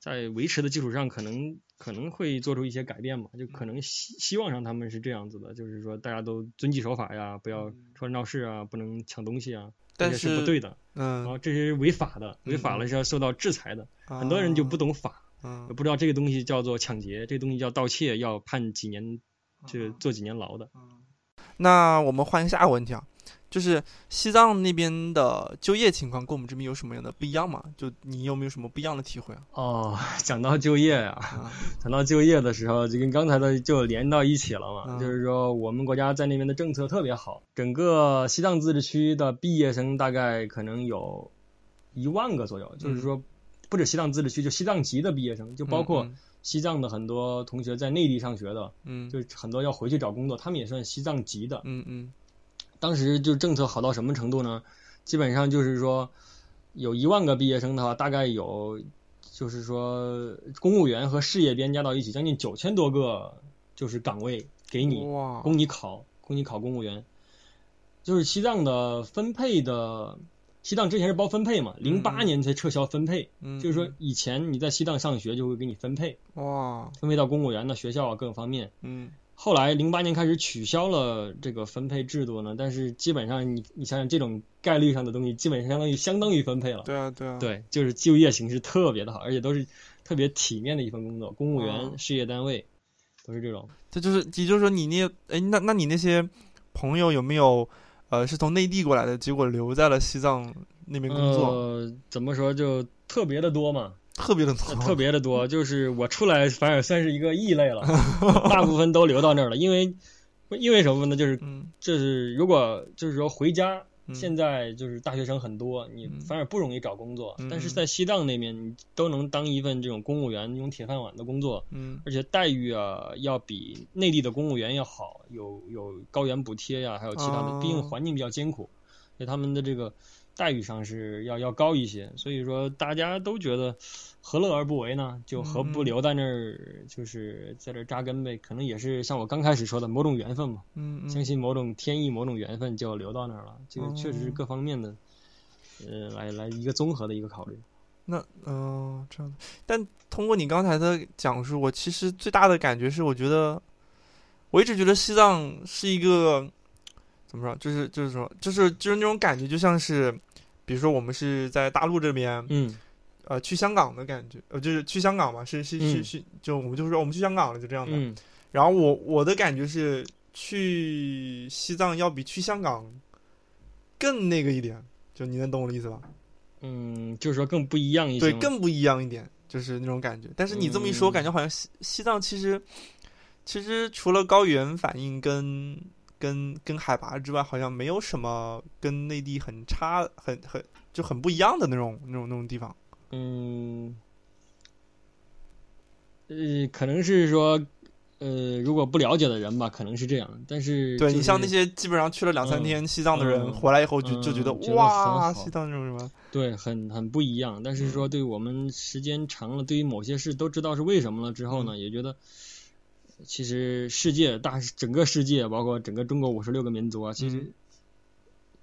S2: 在维持的基础上，可能可能会做出一些改变嘛，就可能希希望上他们是这样子的，就是说大家都遵纪守法呀，不要出来闹事啊，不能抢东西啊，
S1: 但
S2: 这些是不对的，然
S1: 嗯，
S2: 后这些是违法的，违法
S1: 嗯
S2: 了是要受到制裁的，
S1: 啊
S2: 很多人就不，懂法。
S1: 嗯
S2: 也，不知道这个东西叫做抢劫，这个东西叫盗窃，要判几年，就
S1: 嗯
S2: 坐几年牢的。
S1: 那我们换下一个问题啊，就是西藏那边的就业情况跟我们这边有什么样的不一样吗？就你有没有什么不一样的体 会啊？
S2: 哦，讲到就业呀、
S1: 啊
S2: 讲到就业的时候，就跟刚才的就连到一起了嘛。
S1: 嗯
S2: 就是说，我们国家在那边的政策特别好，整个西藏自治区的毕业生大概可能有一万个左右，就是说，不止西藏自治区，就西藏籍的毕业生，就包括
S1: 嗯
S2: 西藏的很多同学在内地上学的，
S1: 嗯
S2: 就是很多要回去找工作，他们也算西藏籍的。
S1: 嗯嗯
S2: 当时就政策好到什么程度呢？基本上就是说，有一万个毕业生的话，大概有就是说公务员和事业编加到一起，将近九千多个就是岗位给
S1: 嗯，
S2: 你
S1: 哇，
S2: 供你考，供你考公务员。就是西藏的分配的，西藏之前是包分配嘛，零八
S1: 嗯
S2: 年才撤销分配，
S1: 嗯
S2: 就是说以前你在西藏上学就会给你分配，
S1: 哇，
S2: 分配到公务员的学校啊各个方面。
S1: 嗯
S2: 后来零八年开始取消了这个分配制度呢，但是基本上你你想想这种概率上的东西，基本上相当于相当于分配了。
S1: 对啊对啊，
S2: 对，就是就业形势特别的好，而且都是特别体面的一份工作，公务员、
S1: 哦
S2: 事业单位都是这种。
S1: 这就是也就是说你那哎那那你那些朋友有没有呃是从内地过来的，结果留在了西藏那边工作，
S2: 呃，怎么说就特别的 多嘛，
S1: 特别的多，
S2: 特别的多。就是我出来反而算是一个异类 了，大部分都留到那儿了，因为因为什么呢？就是
S1: 嗯
S2: 就是如果就是说回家
S1: 嗯
S2: 现在就是大学生很多，你
S1: 嗯
S2: 反而不容易找工作。
S1: 嗯
S2: 但是
S1: 嗯
S2: 在西藏那边，你都能当一份这种公务员那种铁饭碗的工作，
S1: 嗯
S2: 而且待遇啊要比内地的公务员要好，有有高原补贴呀、还有其他的，
S1: 哦
S2: 毕竟环境比较艰苦，所以他们的这个待遇上是要要高一些。所以说大家都觉得何乐而不为呢？就何不
S1: 嗯
S2: 留在那儿，就是在这儿扎根呗？可能也是像我刚开始说的某种缘分嘛。
S1: 嗯嗯
S2: 相信某种天意、某种缘分就留到那儿了。这个确实是
S1: 哦
S2: 各方面的，呃，来来一个综合的一个考虑。
S1: 那嗯、这样的。但通过你刚才的讲述，我其实最大的感觉是，我觉得我一直觉得西藏是一个怎么说，就是就是说，就是就是那种感觉，就像是，比如说我们是在大陆这边，
S2: 嗯，
S1: 呃，去香港的感觉，呃，就是去香港嘛，是是是
S2: 嗯
S1: 是，就我们就说我们去香港了，就这样的。
S2: 嗯，
S1: 然后我我的感觉是，去西藏要比去香港更那个一点，就你能懂我的意思吧？
S2: 嗯，就是说更不一样一些
S1: 对，
S2: 嘛。
S1: 更不一样一点，就是那种感觉。但是你这么一说，
S2: 嗯
S1: 感觉好像西西藏其实其实除了高原反应跟跟跟海拔之外，好像没有什么跟内地很差、很很就很不一样的那种那种那种地方。
S2: 嗯，呃，可能是说，呃，如果不了解的人吧，可能是这样。但是、
S1: 对你像
S2: 是
S1: 那些基本上去了两三
S2: 嗯
S1: 天西藏的人，
S2: 嗯
S1: 回来以后就就觉得
S2: 嗯觉得
S1: 哇，
S2: 很好
S1: 西藏那种什么，
S2: 对，很很不一样。但是
S1: 嗯
S2: 说，对我们时间长了，对于某些事都知道是为什么了之后
S1: 嗯
S2: 呢，也觉得其实世界大整个世界，包括整个中国五十六个民族啊，其实
S1: 嗯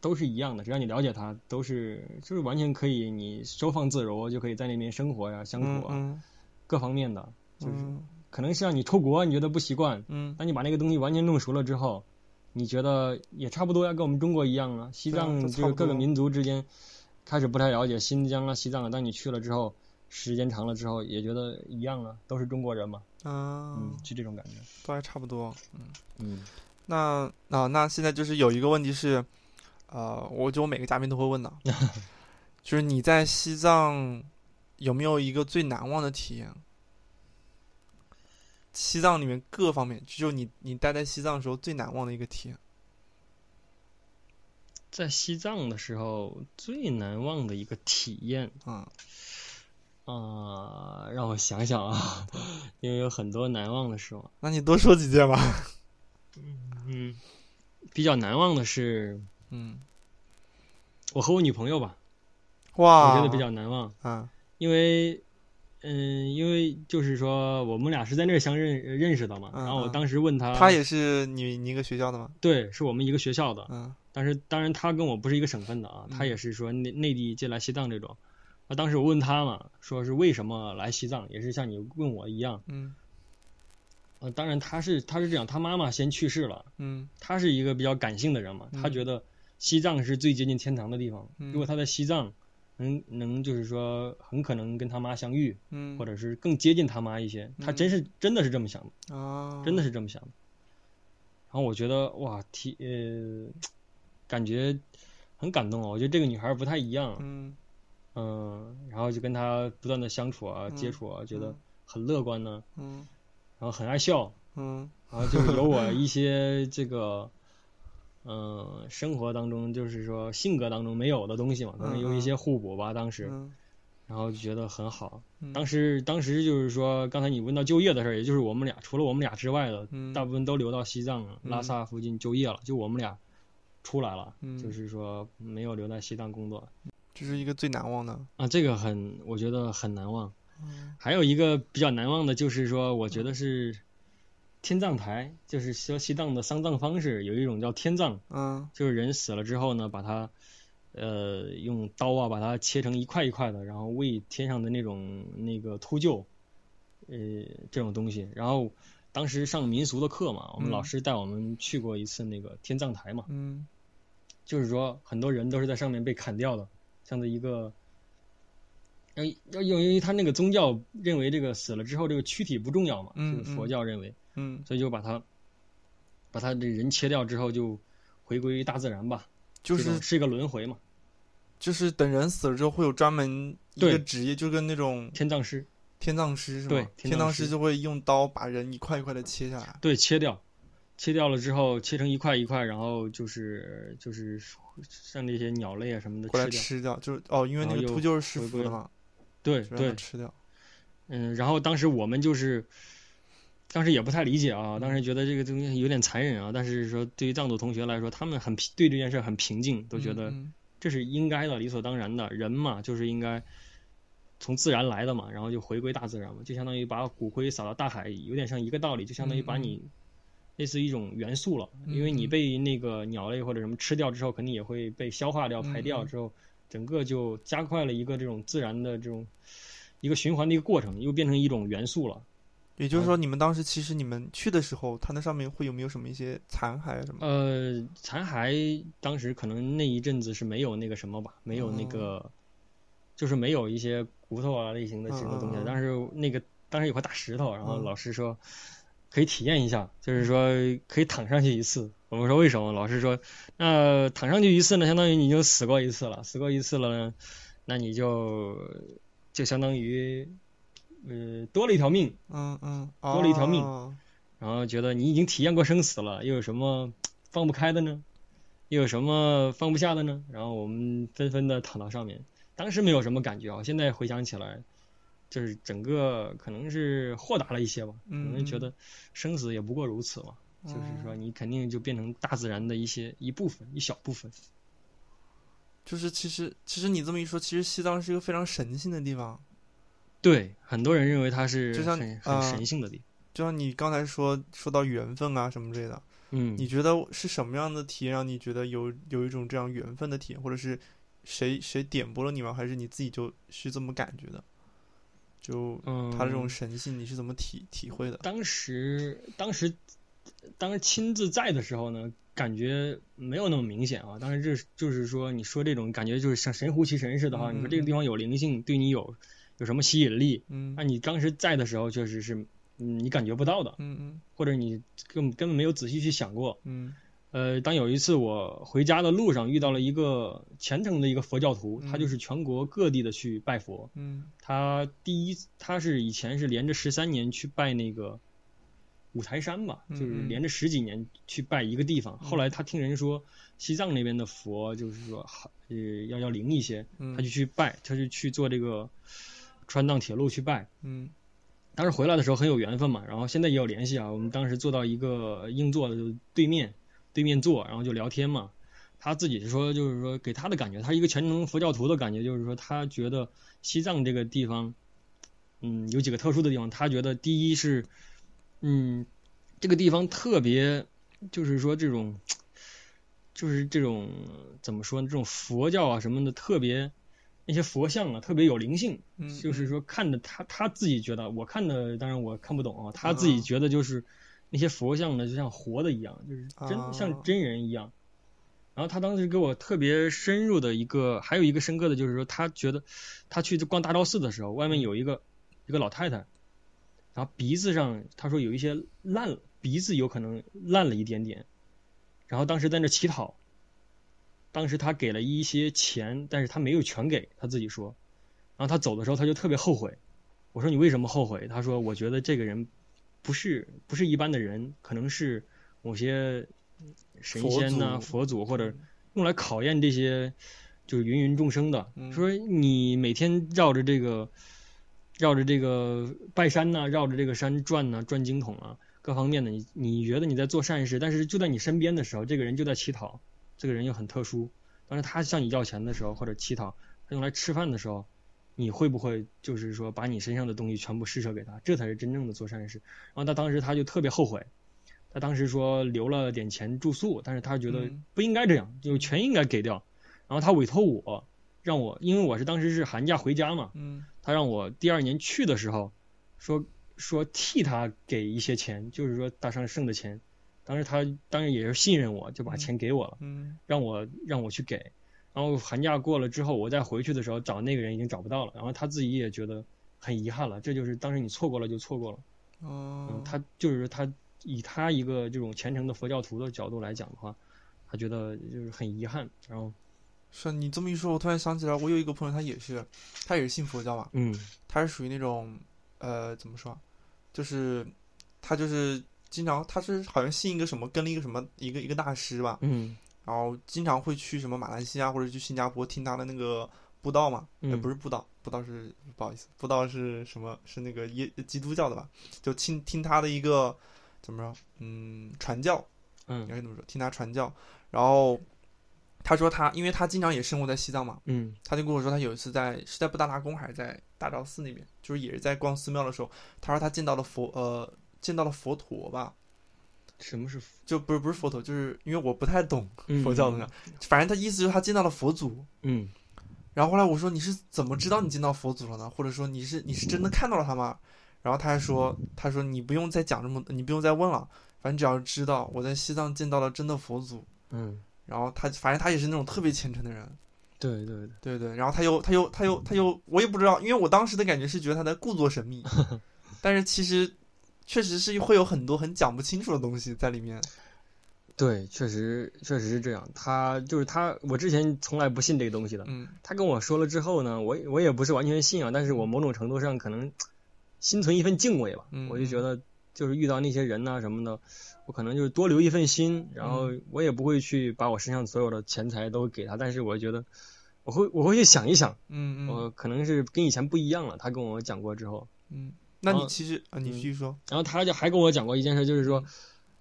S2: 都是一样的。只要你了解它，都是就是完全可以，你收放自如，就可以在那边生活呀、相
S1: 嗯
S2: 处啊，
S1: 嗯
S2: 各方面的。就是
S1: 嗯
S2: 可能是让你出国，你觉得不习惯，
S1: 嗯，
S2: 当你把那个东西完全弄熟了之后，你觉得也差不多要跟我们中国一样了。西
S1: 对啊都
S2: 藏
S1: 差
S2: 这
S1: 不
S2: 个各个
S1: 多
S2: 民族之间开始不太了解，新疆啊、西藏啊，当你去了之后，时间长了之后，也觉得一样了，都是中国人嘛，
S1: 嗯
S2: 嗯，，是这种感觉。
S1: 都还差不多。
S2: 嗯
S1: 那啊，那现在就是有一个问题是，呃，我觉得我每个嘉宾都会 问的，就是你在西藏有没有一个最难忘的体验？西藏里面各方面，就你你待在西藏的时候最难忘的一个体验？
S2: 在西藏的时候最难忘的一个体验
S1: 嗯，
S2: 啊、让我想想啊， 因为有很多难忘的时候。
S1: 那你多说几件 吧。
S2: 嗯，比较难忘的是
S1: 嗯，
S2: 我和我女朋友吧，
S1: 哇，
S2: 我觉得比较难忘，
S1: 啊，
S2: 因为，嗯，因为就是说我们俩是在那个乡认认识的嘛，
S1: 嗯
S2: 然后我
S1: 嗯
S2: 当时问她，
S1: 他也是你你一个学校的吗？
S2: 对，是我们一个学校的，
S1: 嗯
S2: 但是当然他跟我不是一个省份的啊，他
S1: 嗯
S2: 也是说内内地进来西藏这种。啊，当时我问他嘛，说是为什么来西藏，也是像你问我一样。
S1: 嗯
S2: 啊，当然他是他是这样，他妈妈先去世了，
S1: 嗯
S2: 他是一个比较感性的人嘛，他
S1: 嗯
S2: 觉得西藏是最接近天堂的地方。
S1: 嗯
S2: 如果他在西藏能能就是说很可能跟他妈相遇，
S1: 嗯，
S2: 或者是更接近他妈一些，他真是真的是这么想的，
S1: 啊，
S2: 真的是这么想的。然后我觉得哇，提呃，感觉很感动啊！我觉得这个女孩不太一样，
S1: 嗯，
S2: 嗯，然后就跟她不断的相处啊、接
S1: 嗯
S2: 触啊，觉得
S1: 嗯
S2: 很乐观呢、
S1: 嗯
S2: 然后很爱笑，
S1: 嗯
S2: 然后就是有我 一些这个，嗯，生活当中就是说性格当中没有的东西嘛，可能有一些互补吧。当时，
S1: 嗯
S2: 然后就觉得很好。
S1: 嗯，
S2: 当
S1: 时
S2: 时，当时就是说，刚才你问到就业的事儿，也就是我们俩除了我们俩之外的，
S1: 嗯
S2: 大部分都留到西藏拉
S1: 嗯
S2: 萨附近就业了，就我们俩出来了，
S1: 嗯
S2: 就是说没有留在西藏工作
S1: 这是一个最难忘的，
S2: 啊，这个很，我觉得很难忘。
S1: 嗯
S2: 还有一个比较难忘的就是说，我觉得是天葬台，就是说西藏的丧葬方式有一种叫天葬，
S1: 嗯
S2: 就是人死了之后呢，把它呃用刀啊把它切成一块一块的，然后喂天上的那种那个秃鹫，呃这种东西。然后当时上民俗的课嘛，我们
S1: 嗯
S2: 老师带我们去过一次那个天葬台嘛，
S1: 嗯
S2: 就是说很多人都是在上面被砍掉的，像是一个。要要因为因为他那个宗教认为这个死了之后这个躯体不重要嘛，
S1: 嗯
S2: 就是佛
S1: 嗯
S2: 教认为，
S1: 嗯
S2: 所以就把他把他这人切掉之后就回归大自然吧，
S1: 就
S2: 这种
S1: 是
S2: 是一个轮回嘛，
S1: 就是等人死了之后会有专门一
S2: 对
S1: 个职业，就跟那种
S2: 天葬师
S1: 天葬师是吗？
S2: 对
S1: 天
S2: 天葬
S1: 葬
S2: 师
S1: 师就会用刀把人一块一块的切下来。
S2: 对切掉，切掉了之后切成一块一块，然后就是就是像这些鸟类啊什么的
S1: 过来
S2: 吃
S1: 吃掉，
S2: 掉，
S1: 就是哦，因为
S2: 然
S1: 那
S2: 后
S1: 个
S2: 又
S1: 秃鹫是弑
S2: 回
S1: 父
S2: 归
S1: 的嘛，
S2: 对
S1: 就让
S2: 对
S1: 它，吃掉。
S2: 嗯，然后当时我们就是。当时也不太理解啊，当时觉得这个东西有点残忍啊，但是说对于藏族同学来说，他们很平对这件事很平静，都觉得
S1: 嗯
S2: 这是应该的、理所当然的。人嘛，就是应该从自然来的嘛，然后就回归大自然嘛，就相当于把骨灰撒到大海，有点像一个道理，就相当于把
S1: 嗯嗯
S2: 你类似于一种元素了，
S1: 嗯
S2: 因为你
S1: 嗯
S2: 被那个鸟类或者什么吃掉之后，肯定也会被消化掉、
S1: 嗯
S2: 排掉
S1: 嗯
S2: 之后，整个就加快了一个这种自然的这种一个循环的一个过程，又变成一种元素了。
S1: 也就是说，你们当时其实你们去的时候，它那上面会有没有什么一些残骸啊什么的？
S2: 呃，残骸当时可能那一阵子是没有那个什么吧，没有那
S1: 哦
S2: 个，就是没有一些骨头啊类型的这种东
S1: 嗯
S2: 西
S1: 嗯。嗯
S2: 当时那个当时有块大石头，然后
S1: 嗯
S2: 老师说可以体验一下，就是说可以躺上去一次。我们说为什么？老师说那躺上去一次呢，相当于你就死过一次了，死过一次了呢，那你就就相当于呃多了一条命。
S1: 嗯嗯，
S2: 多了一条命
S1: 哦
S2: 然后觉得你已经体验过生死了，又有什么放不开的呢？又有什么放不下的呢？然后我们纷纷的躺到上面，当时没有什么感觉啊，现在回想起来，就是整个可能是豁达了一些吧，可
S1: 嗯
S2: 能觉得生死也不过如此嘛，就是说你肯定就变成大自然的一些一部分，一小部分。
S1: 就是其实其实你这么一说，其实西藏是一个非常神性的地方。
S2: 对，很多人认为它是
S1: 就像
S2: 很很
S1: 呃
S2: 神性的地方。
S1: 就像你刚才说说到缘分啊什么之类的，
S2: 嗯，
S1: 你觉得是什么样的体验让你觉得有有一种这样缘分的体验，或者是谁谁点拨了你吗？还是你自己就是这么感觉的？就
S2: 嗯，
S1: 他这种神性，你是怎么体体会的？
S2: 当时当时当时亲自在的时候呢，感觉没有那么明显啊。当时就是就是说，你说这种感觉就是像神乎其神似的哈。
S1: 嗯
S2: 你说这个地方有灵性，对你有有什么吸引力？
S1: 嗯
S2: 那你当时在的时候，确实是嗯你感觉不到的，
S1: 嗯嗯
S2: 或者你根根本没有仔细去想过。
S1: 嗯
S2: 呃，当有一次我回家的路上遇到了一个虔诚的一个佛教徒，他
S1: 嗯
S2: 就是全国各地的去拜佛，
S1: 嗯
S2: 他第一，他是以前是连着十三年去拜那个五台山吧，
S1: 嗯
S2: 就是
S1: 嗯
S2: 连着十几年去拜一个地方。后来他听人说西藏那边的佛就是说呃要要灵一些，
S1: 嗯
S2: 他就去拜，他就去做这个川藏铁路去拜。
S1: 嗯
S2: 当时回来的时候很有缘分嘛，然后现在也有联系啊。我们当时坐到一个硬座的对面，对面坐，然后就聊天嘛。他自己是说，就是说给他的感觉，他是一个全程佛教徒的感觉，就是说他觉得西藏这个地方，嗯，有几个特殊的地方。他觉得第一是，嗯，这个地方特别，就是说这种，就是这种怎么说呢？这种佛教啊什么的，特别那些佛像啊，特别有灵性。
S1: 嗯，
S2: 就是说看着他他自己觉得，我看的当然我看不懂啊，他自
S1: 嗯
S2: 己觉得就是那些佛像呢，就像活的一样，就是真、
S1: 啊
S2: 像真人一样。然后他当时给我特别深入的一个，还有一个深刻的就是说，他觉得他去逛大昭寺的时候，外面有一个一个老太太，然后鼻子上他说有一些烂了，鼻子有可能烂了一点点，然后当时在那乞讨，当时他给了一些钱，但是他没有全给，他自己说，然后他走的时候他就特别后悔，我说你为什么后悔？他说我觉得这个人不是不是一般的人，可能是某些神仙
S1: 佛
S2: 呐、
S1: 祖
S2: 佛祖或者用来考验这些就是芸芸众生的。
S1: 嗯
S2: 说你每天绕着这个绕着这个拜山呐、绕着这个山转呐、转经筒啊，各方面的，你你觉得你在做善事，但是就在你身边的时候，这个人就在乞讨，这个人又很特殊。但是他向你要钱的时候，或者乞讨，他用来吃饭的时候，你会不会就是说把你身上的东西全部施舍给他？这才是真正的做善事。然后他当时他就特别后悔，他当时说留了点钱住宿，但是他觉得
S1: 嗯
S2: 不应该这样，就全应该给掉。然后他委托我，让我，因为我是当时是寒假回家嘛，
S1: 嗯
S2: 他让我第二年去的时候，说说替他给一些钱，就是说大上剩的钱。当时他当然也是信任我，就把
S1: 嗯
S2: 钱给我了。
S1: 嗯
S2: 让我让我去给。然后寒假过了之后，我再回去的时候找那个人已经找不到了，然后他自己也觉得很遗憾了，这就是当时你错过了就错过了。嗯
S1: 哦，，
S2: 他就是他以他一个这种虔诚的佛教徒的角度来讲的话，他觉得就是很遗憾。然后
S1: 是啊你这么一说，我突然想起来，我有一个朋友，他也是，他也是信佛教嘛，
S2: 嗯
S1: 他是属于那种，呃，怎么说啊，就是他就是经常他是好像信一个什么，跟了一个什么一个一个大师吧，
S2: 嗯
S1: 然后经常会去什么马来西亚或者去新加坡听他的那个布道嘛，
S2: 嗯
S1: 呃不是布道，布道是不好意思，布道是什么？是那个耶基督教的吧？就听听他的一个怎么说？嗯，传教应
S2: 嗯
S1: 该这么说，听他传教。然后他说他，因为他经常也生活在西藏嘛，
S2: 嗯
S1: 他就跟我说，他有一次在是在布达拉宫还是在大昭寺那边，就是也是在逛寺庙的时候，他说他见到了佛呃见到了佛陀吧，
S2: 什么是佛
S1: 就不是不是佛陀，就是因为我不太懂佛教的，啊
S2: 嗯
S1: 反正他意思就是他见到了佛祖。
S2: 嗯
S1: 然后后来我说你是怎么知道你见到佛祖了呢？或者说你是你是真的看到了他吗？然后他还说他说你不用再讲这么，你不用再问了，反正只要知道我在西藏见到了真的佛祖。
S2: 嗯
S1: 然后他反正他也是那种特别虔诚的人，
S2: 对对对
S1: 对对。然后他又他又他又他又我也不知道，因为我当时的感觉是觉得他在故作神 秘，但是其实确实是会有很多很讲不清楚的东西在里面。
S2: 对，确实确实是这样。他就是他，我之前从来不信这个东西的，
S1: 嗯
S2: 他跟我说了之后呢，我也我也不是完全信仰，但是我某种程度上可能心存一份敬畏吧。
S1: 嗯
S2: 我就觉得，就是遇到那些人呐、什么的，我可能就是多留一份心，然后
S1: 嗯
S2: 我也不会去把我身上所有的钱财都给他，但是我觉得我会我会去想一想，
S1: 嗯
S2: 我
S1: 嗯
S2: 可能是跟以前不一样了。他跟我讲过之后，
S1: 嗯。那你
S2: 啊
S1: 其实啊，你继续说。
S2: 然后他就还跟我讲过一件事，就是说，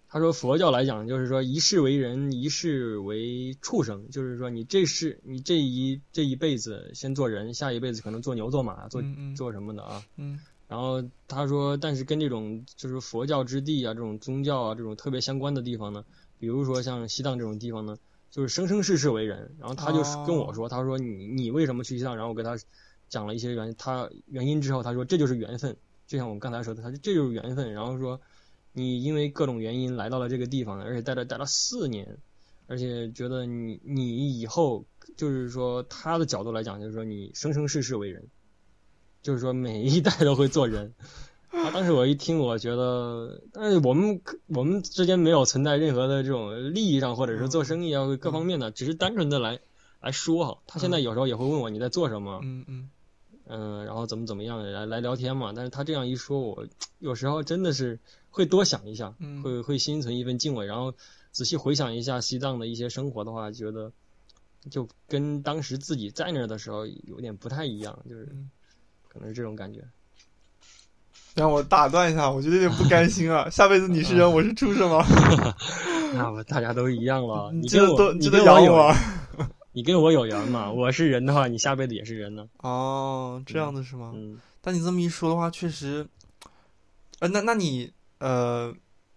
S2: 他说佛教来讲，就是说一世为人，一世为畜生，就是说你这世你这一这一辈子先做人，下一辈子可能做牛做马做
S1: 嗯嗯
S2: 做什么的啊。
S1: 嗯
S2: 然后他说，但是跟这种就是佛教之地啊，这种宗教啊，这种特别相关的地方呢，比如说像西藏这种地方呢，就是生生世世为人。然后他就
S1: 哦
S2: 跟我说，他说你你为什么去西藏？然后我给他讲了一些原他原因之后，他说这就是缘分，就像我们刚才说的，他说这就是缘分。然后说你因为各种原因来到了这个地方，而且待了待了四年，而且觉得你你以后就是说他的角度来讲，就是说你生生世世为人，就是说每一代都会做人。啊！当时我一听，我觉得，但是我们我们之间没有存在任何的这种利益上，或者是做生意啊各方面的，只是单纯的来来说哈。他现在有时候也会问我你在做什么，
S1: 嗯嗯
S2: 嗯，然后怎么怎么样来来聊天嘛。但是他这样一说，我有时候真的是会多想一下，
S1: 嗯
S2: 会会心存一份敬畏，然后仔细回想一下西藏的一些生活的话，觉得就跟当时自己在那儿的时候有点不太一样，就是
S1: 嗯
S2: 可能是这种感觉。
S1: 让我打断一下，我觉得有点不甘心 啊！下辈子你
S2: 嗯
S1: 是人，我是畜生啊吗？
S2: 那我大家都一 样了，你
S1: 记
S2: 跟
S1: 得
S2: 我，
S1: 都
S2: 你
S1: 记得
S2: 跟
S1: 养
S2: 我有，
S1: 啊！
S2: 你跟我有缘嘛？我是人的话，你下辈子也是人呢。
S1: 哦，这样子是吗？
S2: 嗯，
S1: 但你这么一说的话，确实，呃，那那你呃，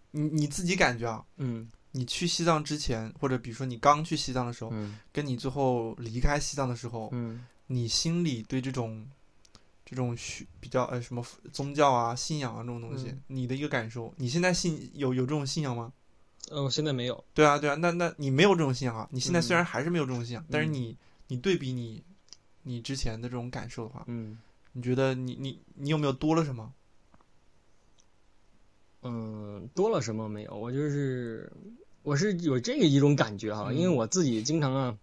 S1: 你你自己感觉啊，
S2: 嗯
S1: 你去西藏之前，或者比如说你刚去西藏的时候，
S2: 嗯
S1: 跟你最后离开西藏的时候，
S2: 嗯
S1: 你心里对这种这种虚比较呃什么宗教啊、信仰啊这种东西，
S2: 嗯
S1: 你的一个感受，你现在信有有这种信仰吗？
S2: 呃，我现在没有，
S1: 对啊，对啊，那那你没有这种信仰啊？你现在虽
S2: 嗯
S1: 然还是没有这种信仰，但是
S2: 嗯
S1: 你你对比你你之前的这种感受的话，
S2: 嗯
S1: 你觉得你你你有没有多了什么？
S2: 嗯，多了什么没有？我就是我是有这个一种感觉哈，
S1: 嗯
S2: 因为我自己经常啊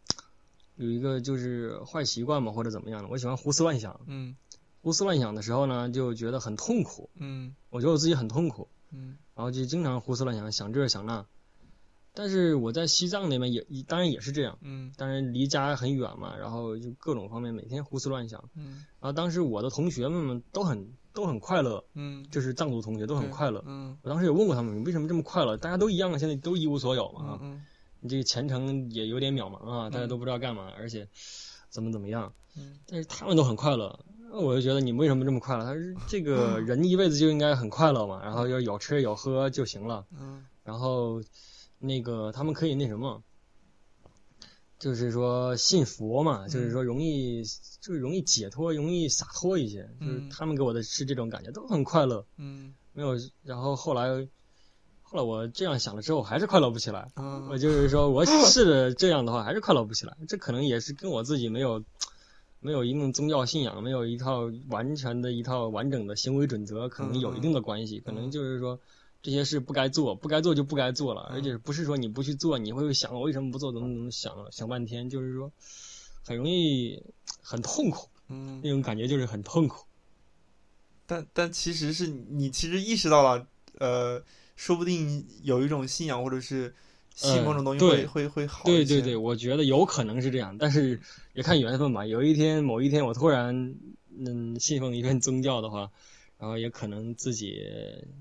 S2: 有一个就是坏习惯嘛，或者怎么样的，我喜欢胡思乱想。
S1: 嗯
S2: 胡思乱想的时候呢，就觉得很痛苦，
S1: 嗯
S2: 我觉得我自己很痛苦，
S1: 嗯
S2: 然后就经常胡思乱想，想这想那。但是我在西藏那边也当然也是这样。
S1: 嗯
S2: 当然离家很远嘛，然后就各种方面每天胡思乱想。
S1: 嗯
S2: 然后当时我的同学们们都很都很快乐，
S1: 嗯，
S2: 就是藏族同学都很
S1: 对
S2: 快乐。
S1: 嗯
S2: 我当时也问过他们，你为什么这么快乐？大家都一样啊，现在都一无所有嘛
S1: 嗯
S2: 啊，
S1: 嗯
S2: 你这个前程也有点渺茫啊，
S1: 嗯
S2: 大家都不知道干嘛，而且怎么怎么样。
S1: 嗯
S2: 但是他们都很快乐，那我就觉得你们为什么这么快乐？他说 这个人一辈子就应该很快乐嘛，然后要有吃有喝就行了。
S1: 嗯
S2: 然后那个他们可以那什么，就是说信佛嘛，就是
S1: 嗯
S2: 说容易就是容易解脱，容易洒脱一些。就是
S1: 嗯
S2: 他们给我的是这种感觉，都很快乐，
S1: 嗯
S2: 没有。然后后来后来我这样想了之后，还是快乐不起来。
S1: 嗯，
S2: 我就是说我试着这样的话，还是快乐不起来。这可能也是跟我自己没有。没有一定宗教信仰，没有一套完全的一套完整的行为准则，可能有一定的关系。可能就是说，这些事不该做，不该做就不该做了。
S1: 嗯
S2: 而且不是说你不去做，你会想我为什么不做，怎么怎么想想半天，就是说很容易很痛苦，
S1: 嗯
S2: 那种感觉就是很痛苦。
S1: 但但其实是你其实意识到了，呃，说不定有一种信仰或者是信某种东西
S2: 嗯
S1: 会、
S2: 对
S1: 会会好
S2: 对
S1: 一些
S2: 对对，，我觉得有可能是这样，但是也看缘分吧。有一天，某一天我突然嗯信奉一份宗教的话，然后也可能自己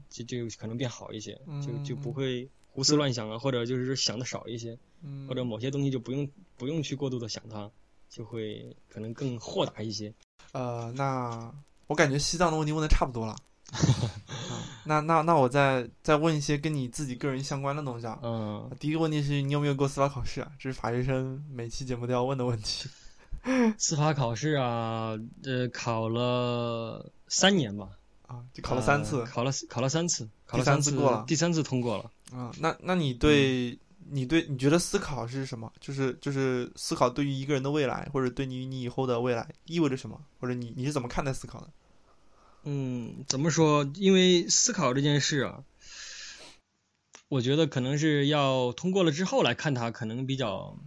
S2: 就就可能变好一些，就
S1: 嗯
S2: 就不会胡思乱想啊，或者就是说想的少一些，
S1: 嗯，
S2: 或者某些东西就不用不用去过度的想它，就会可能更豁达一些。
S1: 呃，那我感觉西藏的问题问的差不 多了。啊那那那我再再问一些跟你自己个人相关的东西啊。
S2: 嗯，
S1: 第一个问题是你有没有过司法考试啊？这是法学生每期节目都要问的问题。
S2: 呃司法考试啊，呃，考了三年吧，
S1: 啊，就考了三次
S2: 呃。考了考了三次，考了
S1: 第三次
S2: 次
S1: 过了
S2: 第三次通过了。
S1: 啊，那那你对、你对你觉得思考是什么？就是就是思考对于一个人的未来，或者对你你以后的未来意味着什么？或者你你是怎么看待思考的？
S2: 嗯，怎么说？因为思考这件事啊，我觉得可能是要通过了之后来看它，可能比较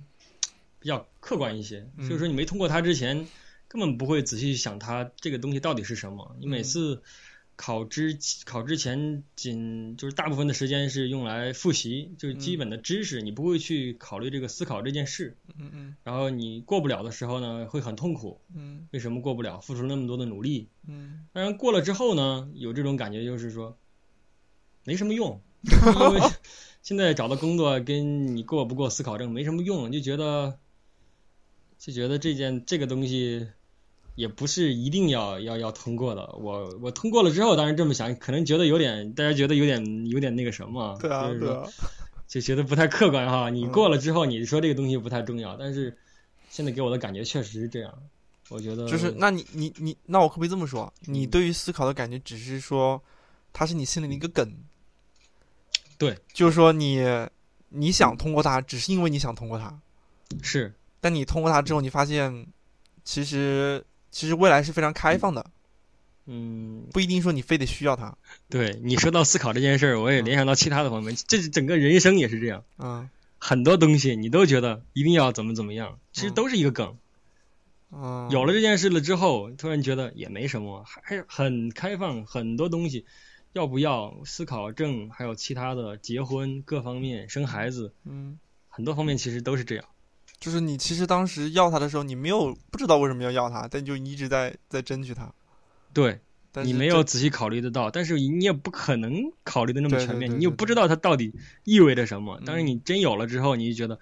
S2: 比较客观一些。
S1: 嗯
S2: 就是说，你没通过它之前，根本不会仔细想它这个东西到底是什么。你每
S1: 嗯
S2: 次考之考之前，仅就是大部分的时间是用来复习，就是基
S1: 嗯
S2: 本的知识，你不会去考虑这个思考这件事。
S1: 嗯嗯
S2: 然后你过不了的时候呢，会很痛苦。
S1: 嗯
S2: 为什么过不了？付出了那么多的努力。
S1: 嗯
S2: 当然过了之后呢，有这种感觉就是说，没什 么用，因为现在找到工作跟你过不过思考证没什么用，就觉得就觉得这件这个东西也不是一定要要要通过的。我我通过了之后，当然这么想，可能觉得有点大家觉得有点有点那个什么，
S1: 对啊
S2: 就是
S1: 对
S2: 说
S1: 啊，
S2: 就觉得不太客观哈。你
S1: 嗯
S2: 过了之后，你说这个东西不太重要，但是现在给我的感觉确实是这样。我觉得
S1: 就是那你你你那我可不可以这么说？你
S2: 嗯
S1: 对于思考的感觉只是说，它是你心里的一个梗。
S2: 对，
S1: 就是说你你想通过它，只是因为你想通过它，
S2: 是
S1: 但你通过它之后，你发现其实其实未来是非常开放的，
S2: 嗯，
S1: 不一定说你非得需要它。
S2: 对你说到思考这件事儿，我也联想到其他的方面，这是整个人生也是这样，
S1: 嗯
S2: 很多东西你都觉得一定要怎么怎么样，其实都是一个梗。
S1: 嗯，
S2: 有了这件事了之后，突然觉得也没什么，还是很开放，很多东西。要不要、思考症，还有其他的结婚各方面、生孩子，
S1: 嗯，
S2: 很多方面其实都是这样。
S1: 就是你其实当时要他的时候，你没有不知道为什么要要他，但你就一直在在争取他。
S2: 对
S1: 但
S2: 你
S1: 是
S2: 没
S1: 这
S2: 有仔细考虑得到，但是你也不可能考虑的那么
S1: 对
S2: 全
S1: 对
S2: 面，
S1: 对
S2: 你又
S1: 对对
S2: 不知道它到底意味着什么。但是
S1: 嗯
S2: 你真有了之后，你就觉得，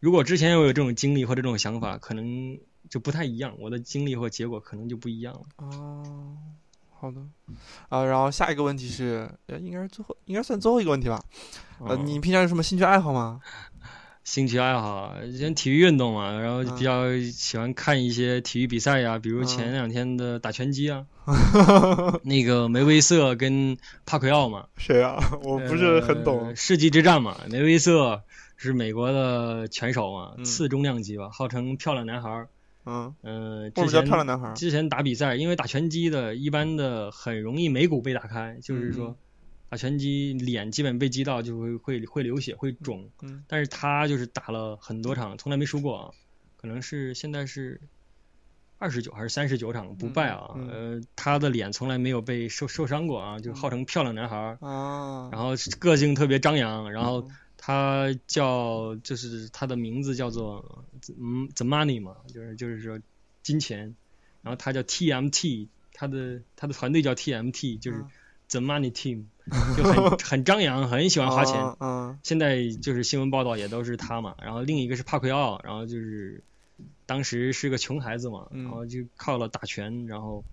S2: 如果之前我有这种经历或者这种想法，可能就不太一样，我的经历或结果可能就不一样了。
S1: 哦，好的，啊，然后下一个问题是，呃，应该是最后，应该算最后一个问题吧？呃，
S2: 嗯
S1: 你平常有什么兴趣爱好吗？
S2: 兴趣爱好，像体育运动嘛，然后
S1: 嗯
S2: 比较喜欢看一些体育比赛呀、比如前
S1: 嗯
S2: 两天的打拳 击啊，那个梅威瑟跟帕奎奥嘛，
S1: 谁啊？ 我不是很懂
S2: 呃。世纪之战嘛，梅威瑟是美国的拳手嘛，
S1: 嗯
S2: 次中量级吧，号称漂亮男孩儿。
S1: 嗯，
S2: 嗯，
S1: 为什
S2: 之
S1: 么叫
S2: 前
S1: 漂亮男孩儿？
S2: 之前打比赛，因为打拳击的，一般的很容易眉骨被打开，就
S1: 嗯
S2: 是
S1: 嗯
S2: 说打拳击脸基本被击到就会会会流血会肿。
S1: 嗯
S2: 但是他就是打了很多场，从来没输过啊，可能是现在是。二十九还是三十九场不败啊？
S1: 嗯
S2: 呃，他的脸从来没有被受受伤过啊，就号称漂亮男孩儿。
S1: 啊，
S2: 然后是个性特别张扬，然后
S1: 嗯
S2: 他叫就是他的名字叫做嗯 the money 嘛，就是就是说金钱，然后他叫 TMT，他的他的团队叫 TMT，就是
S1: 嗯
S2: the money team，就很 很张扬，很喜欢花钱。
S1: 啊啊
S2: 现在就是新闻报道也都是他嘛，然后另一个是帕奎奥，然后就是当时是个穷孩子嘛，
S1: 嗯
S2: 然后就靠了打拳，然后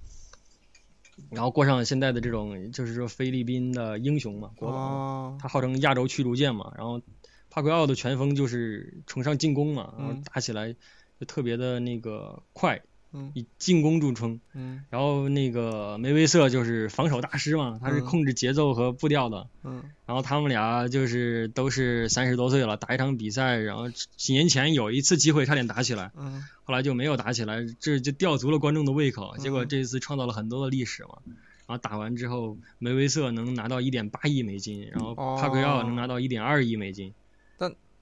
S2: 然后过上现在的这种就是说菲律宾的英雄嘛，国宝嘛，
S1: 啊
S2: 他号称亚洲驱逐舰嘛，然后帕奎奥的拳风就是崇尚进攻嘛，然后
S1: 嗯
S2: 打起来就特别的那个快，
S1: 嗯
S2: 以进攻著称。
S1: 嗯
S2: 然后那个梅威瑟就是防守大师嘛，他是
S1: 嗯
S2: 控制节奏和步调的。
S1: 嗯
S2: 然后他们俩就是都是三十多岁了，打一场比赛，然后几年前有一次机会差点打起来，
S1: 嗯
S2: 后来就没有打起来，这就吊足了观众的胃口。结果
S1: 嗯
S2: 这一次创造了很多的历史嘛。然后打完之后，梅威瑟能拿到一点八亿美金，然后帕奎奥能拿到一点二亿美
S1: 哦
S2: 金。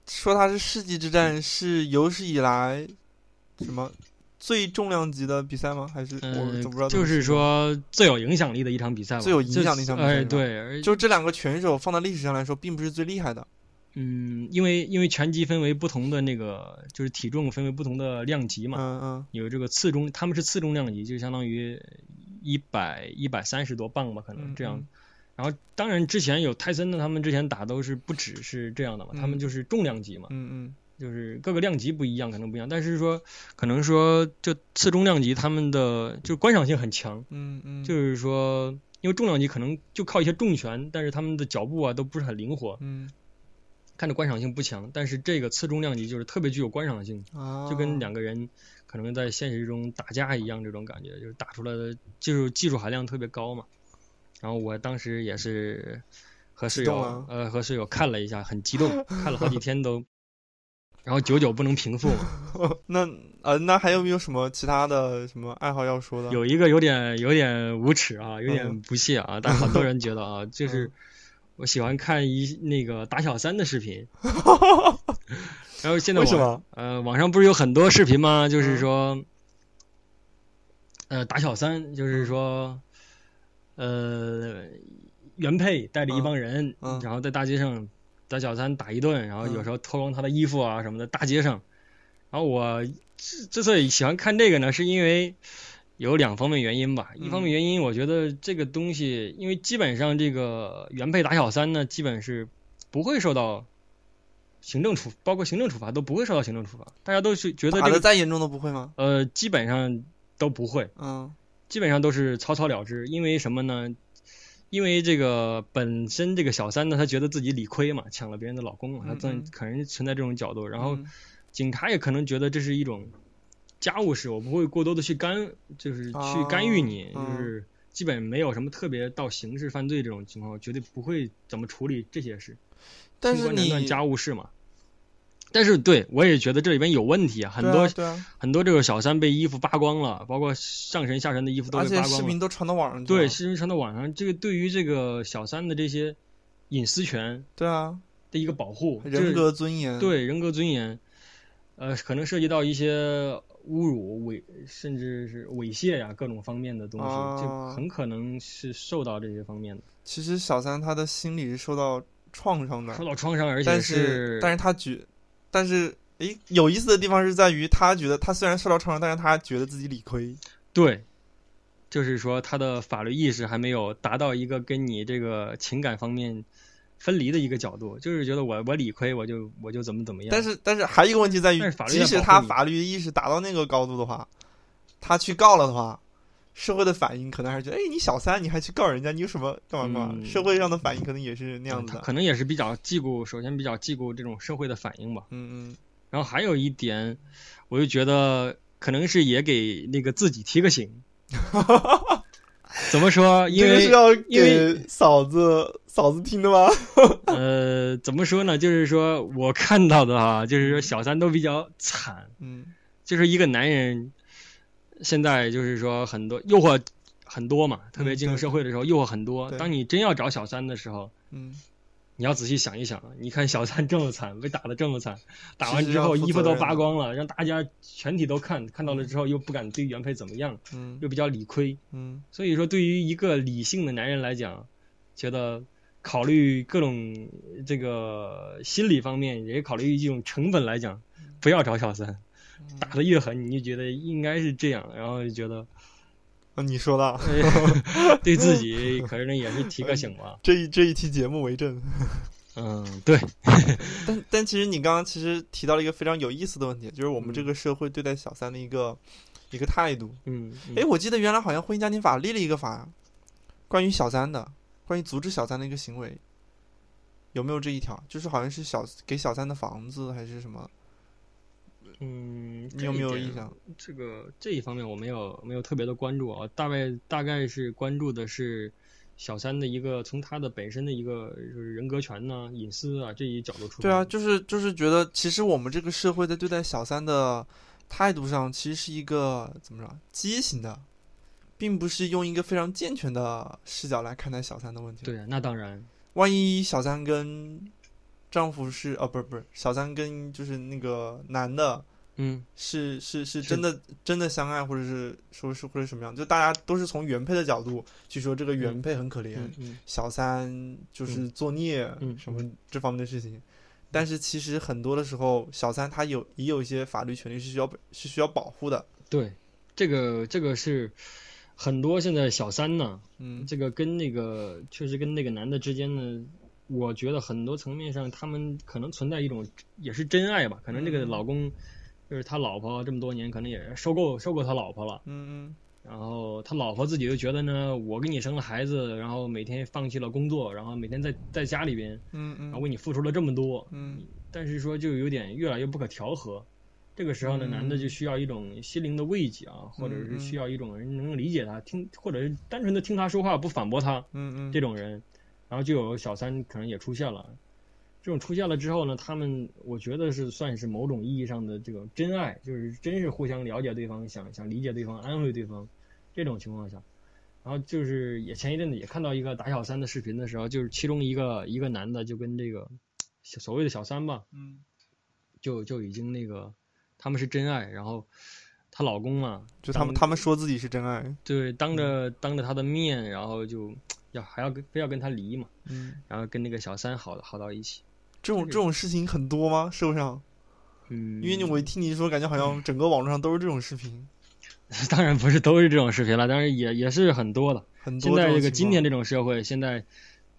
S1: 说它是世纪之
S2: 嗯
S1: 战，是有史以来什么最重量级的比赛吗？还是我
S2: 嗯
S1: 怎么不知道？
S2: 就是，说最有影响力的一场比赛吧，
S1: 最有影响力一场比赛
S2: 就是哎，
S1: 是吧
S2: 对，而
S1: 就这两个拳手放在历史上来说，并不是最厉害的。
S2: 嗯，因为因为拳击分为不同的那个，就是体重分为不同的量级嘛，
S1: 嗯嗯
S2: 有这个次中，他们是次重量级，就相当于一百一百三十多磅吧，可
S1: 嗯，
S2: 能这样。
S1: 嗯
S2: 然后当然之前有泰森的，他们之前打都是不只是这样的嘛，他
S1: 嗯
S2: 们就是重量级嘛，
S1: 嗯嗯
S2: 就是各个量级不一样，可能不一样，但是说可能说就次中量级他们的就观赏性很强。
S1: 嗯嗯，
S2: 就是说，因为重量级可能就靠一些重拳，但是他们的脚步啊都不是很灵活，
S1: 嗯
S2: 看着观赏性不强。但是这个次重量级就是特别具有观赏性，
S1: 啊，
S2: 就跟两个人可能在现实中打架一样，这种感觉就是打出来的技术技术含量特别高嘛。然后我当时也是和室
S1: 激动
S2: 友、
S1: 啊
S2: 呃和室友看了一下，很激动，看了好几天都，然后久久不能平复嘛。
S1: 那呃，那还有没有什么其他的什么爱好要说的？
S2: 有一个有点有点无耻啊，有点
S1: 嗯
S2: 不屑啊，但很多人觉 得啊，就是我喜欢看一那个打小三的 视频，然后现在
S1: 为什
S2: 网
S1: 么？
S2: 呃网上不是有很多视频吗？就是
S1: 嗯
S2: 说，呃打小三，
S1: 嗯
S2: 就是说，呃原配带着一
S1: 嗯
S2: 帮人，
S1: 嗯
S2: 然后在大街上打小三打一顿，然后有
S1: 嗯
S2: 时候脱光他的衣服啊什么的，大街上。然后我之之所以喜欢看这个呢，是因为有两方面原因吧。一
S1: 嗯
S2: 方面原因，我觉得这个东西，因为基本上这个原配打小三呢，基本是不会受到行政处，包括行政处罚都不会受到行政处罚。大家都是觉得
S1: 打
S2: 这
S1: 的
S2: 个
S1: 再严重都不会吗？
S2: 呃，基本上都不会，
S1: 嗯
S2: 基本上都是草草了之。因为什么呢？因为这个本身这个小三呢，她觉得自己理亏嘛，抢了别人的老公嘛，她
S1: 嗯
S2: 存
S1: 嗯
S2: 可能存在这种角度，然后
S1: 嗯
S2: 警察也可能觉得这是一种家务事，我不会过多的去干，就是去干预你，
S1: 哦嗯
S2: 就是基本没有什么特别到刑事犯罪这种情况，我绝对不会怎么处理这些事，
S1: 但
S2: 清
S1: 是
S2: 官难断
S1: 你
S2: 家务事嘛。但是对我也觉得这里边有问题啊，很
S1: 对啊
S2: 多、
S1: 对啊，
S2: 很多这个小三被衣服扒光了，包括上神下神的衣服都
S1: 而
S2: 被
S1: 且
S2: 扒
S1: 视
S2: 光
S1: 频
S2: 了。
S1: 都传到网上去了。
S2: 对，视频传到网上，这个对于这个小三的这些隐私权
S1: 对啊，
S2: 的一个保护，这
S1: 人格尊严。
S2: 对人格尊严，呃，可能涉及到一些侮辱、猥甚至是猥亵呀、各种方面的东西，
S1: 啊
S2: 就很可能是受到这些方面的，
S1: 其实小三他的心理是受到创伤的
S2: 受，到创伤，而且
S1: 但是但是
S2: 是
S1: 他觉，但是诶，有意思的地方是在于他觉得他虽然受到创伤，但是他觉得自己理亏。
S2: 对，就是说他的法律意识还没有达到一个跟你这个情感方面分离的一个角度，就是觉得我我理亏，我就我就怎么怎么样，
S1: 但是但是还有一个问题在于
S2: 但是法，律在
S1: 即使
S2: 保护
S1: 他
S2: 你
S1: 法律意识达到那个高度的话，他去告了的话。社会的反应可能还是觉得，哎，你小三你还去告人家，你有什么干嘛干嘛？
S2: 嗯
S1: 社会上的反应可能也是那样子啊
S2: 他
S1: 的。
S2: 可能也是比较忌顾，首先比较忌顾这种社会的反应吧。
S1: 嗯嗯，
S2: 然后还有一点，我就觉得可能是也给那个自己提个醒。 怎么说？因
S1: 这个
S2: 为
S1: 是要
S2: 因为
S1: 给嫂子嫂子听的 吗？
S2: 呃，怎么说呢？就是说我看到的啊，就是说小三都比较惨，
S1: 嗯
S2: 就是一个男人现在就是说很多诱惑很多嘛，特别进入
S1: 嗯对
S2: 社会的时候诱惑很多。
S1: 对
S2: 当你真要找小三的时候，
S1: 嗯，
S2: 你要仔细想一想，你看小三这么惨，被打的这么惨，打完
S1: 其实
S2: 之
S1: 要
S2: 后
S1: 负
S2: 衣服
S1: 责
S2: 都
S1: 任
S2: 扒
S1: 的
S2: 光了，让大家全体都看，看到了之后又不敢对原配怎么样，
S1: 嗯
S2: 又比较理亏。
S1: 嗯
S2: 所以说，对于一个理性的男人来讲，觉得考虑各种这个心理方面，也考虑一种成本来讲，不要找小三，
S1: 嗯
S2: 打的越狠，你就觉得应该是这样，然后就 觉得
S1: 啊，你说的啊
S2: 哎对自己可能也是提个醒吧。
S1: 这一这一期节目为证。
S2: 嗯，对，
S1: 但但其实你刚刚其实提到了一个非常有意思的问题，就是我们
S2: 嗯
S1: 这个社会对待小三的一个、一个态度。
S2: 嗯，嗯
S1: 哎，我记得原来好像婚姻家庭法立了一个法，关于小三的，关于阻止小三的一个行为，有没有这一条？就是好像是小给小三的房子还是什么？
S2: 嗯，
S1: 你有没有
S2: 这一点
S1: 印象？
S2: 这个这一方面我没有没有特别的关注啊，大概大概是关注的是小三的一个从他的本身的一个就是人格权呐、隐私啊这一角度出发。
S1: 对啊，就是就是觉得其实我们这个社会在对待小三的态度上，其实是一个怎么说畸形的，并不是用一个非常健全的视角来看待小三的问题。
S2: 对啊，那当然，
S1: 万一小三跟丈夫是啊，不是不是，小三跟就是那个男的
S2: 嗯，
S1: 是是是
S2: 是
S1: 真的真的相爱，或者是说是或者什么样，就大家都是从原配的角度去说这个原配很可怜，
S2: 嗯嗯
S1: 小三就是作孽、
S2: 嗯
S1: 什么这方面的事情。但是其实很多的时候，小三他有也有一些法律权利是需要是需要保护的。
S2: 对，这个这个是很多现在小三呢，
S1: 嗯
S2: 这个跟那个确实跟那个男的之间呢，我觉得很多层面上他们可能存在一种也是真爱吧，可能这个
S1: 嗯
S2: 老公就是他老婆这么多年，可能也受够受够他老婆了。
S1: 嗯
S2: 然后他老婆自己就觉得呢，我给你生了孩子，然后每天放弃了工作，然后每天在在家里边，
S1: 嗯嗯
S2: 然后为你付出了这么多，
S1: 嗯
S2: 但是说就有点越来越不可调和。这个时候呢，
S1: 嗯
S2: 男的就需要一种心灵的慰藉啊，或者是需要一种人能理解他，听或者是单纯的听他说话不反驳他
S1: 嗯嗯，
S2: 这种人，然后就有小三可能也出现了。这种出现了之后呢，他们我觉得是算是某种意义上的这种真爱，就是真是互相了解对方，想想理解对方，安慰对方，这种情况下，然后就是也前一阵子也看到一个打小三的视频的时候，就是其中一个一个男的就跟这个小所谓的小三吧，
S1: 嗯
S2: 就就已经那个他们是真爱，然后她老公嘛，
S1: 就他们
S2: 当
S1: 他们说自己是真爱。
S2: 对当着
S1: 嗯
S2: 当着她的面，然后就要还要跟非要跟她离嘛，
S1: 嗯，
S2: 然后跟那个小三好好到一起。
S1: 这种这种事情很多吗？社会上？
S2: 嗯，
S1: 因为你我一听你一说，感觉好像整个网络上都是这种视频，
S2: 当然不是都是这种视频了，但是也也是很多的。
S1: 很
S2: 现
S1: 多。
S2: 在这个今天，这种社会，现在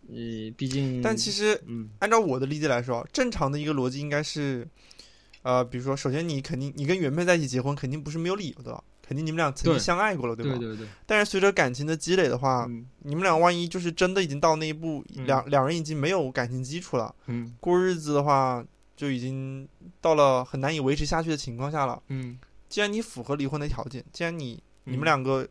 S2: 呃，毕竟
S1: 但其实
S2: 嗯
S1: 按照我的理解来说，正常的一个逻辑应该是，呃，比如说，首先你肯定你跟原配在一起结婚，肯定不是没有理由的，肯定你们俩曾经
S2: 对
S1: 相爱过了，对吧？啊
S2: 对对对，
S1: 但是随着感情的积累的话，
S2: 嗯
S1: 你们俩万一就是真的已经到那一步，
S2: 嗯
S1: 两两人已经没有感情基础了，
S2: 嗯
S1: 过日子的话就已经到了很难以维持下去的情况下了。
S2: 嗯，
S1: 既然你符合离婚的条件，既然你你们
S2: 嗯
S1: 两个，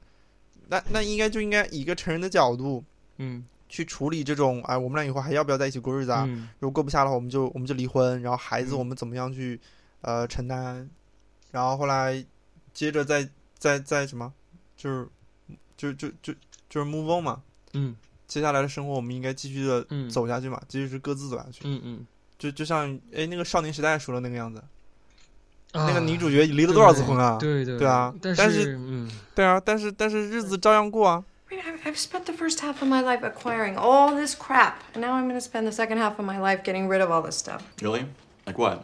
S1: 那那应该就应该以一个成人的角度。
S2: 嗯
S1: 去处理这种，哎，我们俩以后还要不要在一起过日子啊？
S2: 嗯
S1: 如果过不下的话，我们就我们就离婚，然后孩子
S2: 嗯
S1: 我们怎么样去、呃承担，然后后来接着再再再什么，就是就就就就是 move on 嘛，
S2: 嗯
S1: 接下来的生活我们应该继续的
S2: 嗯
S1: 走下去嘛，继续是各自走下去，
S2: 嗯嗯，
S1: 就就像哎那个少年时代说的那个样子，那个女主角离了多少次婚啊？
S2: 啊对对
S1: 对啊但
S2: 但
S1: 是
S2: 嗯，
S1: 对啊，但是但是日子照样过啊。
S4: I mean, I've- I've spent the first half of my life acquiring all this crap, and now I'm gonna spend the second half of my life getting rid of all this stuff.
S5: Really? Like what?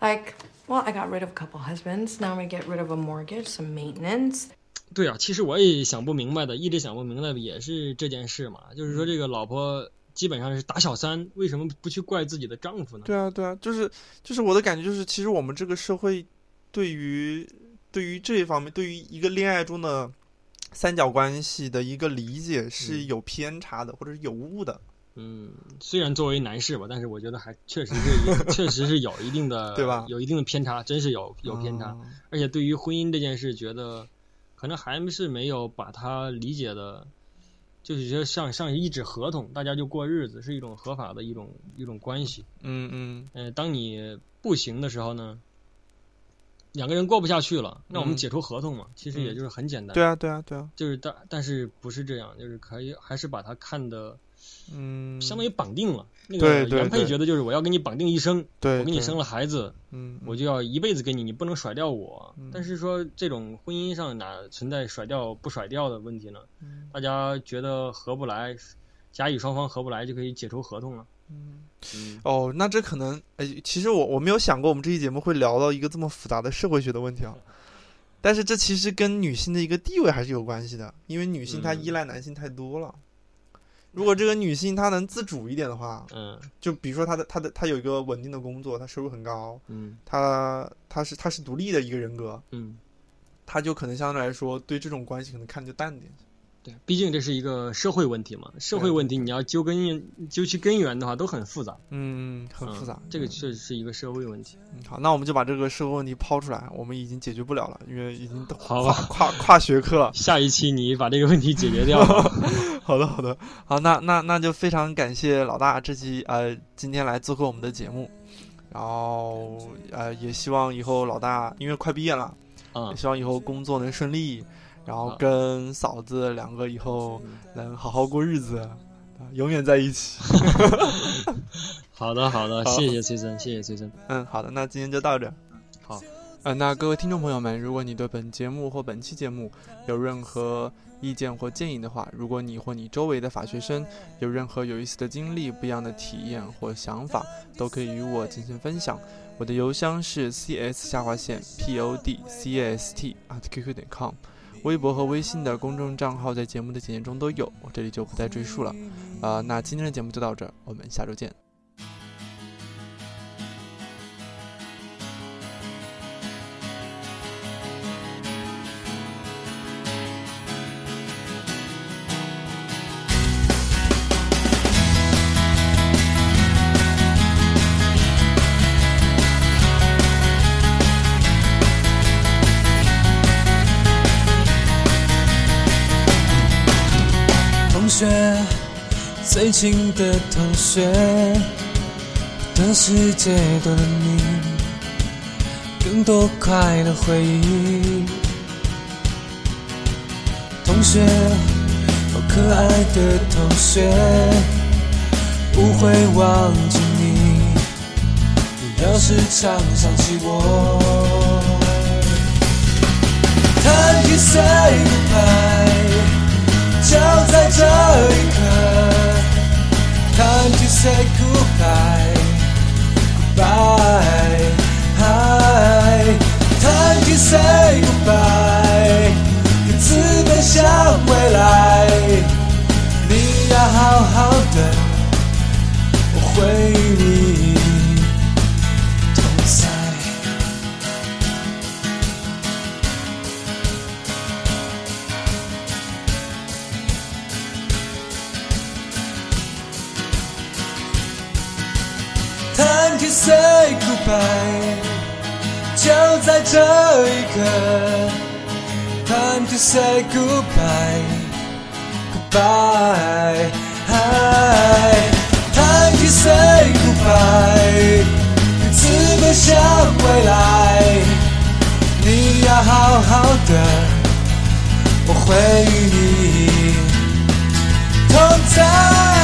S4: Like, well, I got rid of a couple husbands. Now I'm gonna get rid of a mortgage, some maintenance.
S2: 对啊，其实我也想不明白的，一直想不明白的也是这件事嘛，就是
S1: 嗯
S2: 说这个老婆基本上是打小三，为什么不去怪自己的丈夫呢？
S1: 对啊，对啊，就是就是我的感觉就是，其实我们这个社会对于对于这一方面，对于一个恋爱中的三角关系的一个理解是
S2: 嗯
S1: 有偏差的，或者是有误的，
S2: 嗯，虽然作为男士吧，但是我觉得还确实是确实是有一 定的
S1: 对吧
S2: 有一定的偏差，真是有有偏差。
S1: 嗯
S2: 而且对于婚姻这件事，觉得可能还是没有把它理解的，就是觉得像像一纸合同，大家就过日子，是一种合法的一种一种关系。
S1: 嗯嗯
S2: 呃，当你不行的时候呢，两个人过不下去了，那我们
S1: 嗯
S2: 解除合同嘛，其实也就是很简单。
S1: 对啊，对啊，对啊，
S2: 就是但但是不是这样，就是可以还是把它看的
S1: 嗯，
S2: 相当于绑定了。那
S1: 对
S2: 个
S1: 对
S2: 原配
S1: 对
S2: 觉得就是我要跟你绑定一生，
S1: 对，
S2: 我给你生
S1: 了，
S2: 了孩子，
S1: 嗯，
S2: 我就要一辈子跟你，你不能甩掉我。
S1: 嗯
S2: 但是说这种婚姻上哪存在甩掉不甩掉的问题呢？
S1: 嗯
S2: 大家觉得合不来，甲乙双方合不来就可以解除合同了。
S1: 嗯
S5: 嗯
S1: 哦，那这可能，哎，其实我我没有想过我们这期节目会聊到一个这么复杂的社会学的问 题啊。但是这其实跟女性的一个地位还是有关系的，因为女性她
S2: 嗯
S1: 依赖男性太多了。如果这个女性她能自主一点的话，
S2: 嗯
S1: 就比如说她的她的她有一个稳定的工作，她收入很高，
S2: 嗯
S1: 她她是她是独立的一个人格，
S2: 嗯，
S1: 她就可能相对来说对这种关系可能看得就淡点。
S2: 对，毕竟这是一个社会问题嘛，社会问题你要究根源究其根源的话都很复杂，
S1: 嗯，很复杂。
S2: 嗯这个确实是一个社会问题。
S1: 嗯好，那我们就把这个社会问题抛出来，我们已经解决不了了，因为已经都
S2: 好
S1: 跨
S2: 吧
S1: 跨跨学科了。
S2: 下一期你把这个问题解决掉吧。
S1: 好的，好的，好，那那那就非常感谢老大这期呃今天来做客我们的节目，然后呃也希望以后老大因为快毕业了，
S2: 啊
S1: 也，希望以后工作能顺利，然后
S2: 好
S1: 跟嫂子两个以后能好好过日子，啊永远在一起。
S2: 好的好的，
S1: 好
S2: 谢谢崔森，谢谢崔森。
S1: 嗯，好的，那今天就到这儿。
S2: 好，
S1: 呃，那各位听众朋友们，如果你对本节目或本期节目有任何意见或建议的话，如果你或你周围的法学生有任何有意思的经历、不一样的体验或想法，都可以与我进行分享。我的邮箱是 cs 下划线 podcast at qq 点 com，微博和微信的公众账号在节目的简介中都有，我这里就不再赘述了。啊、那今天的节目就到这儿，我们下周见。
S6: 同学，最亲的同学，的世界多了你，更多快乐回忆。同学，哦，可爱的同学，不会忘记你。你要时常想起我。Time to say goodbye。就在这一刻，Time to say goodbye，goodbye，Time to say goodbye，各自奔向未来。你要好好的，我会与你同在。Time to say goodbye，就在这一刻。Time to say goodbye，goodbye，Time to say goodbye，各自奔向未来。你要好好的，我会与你同在。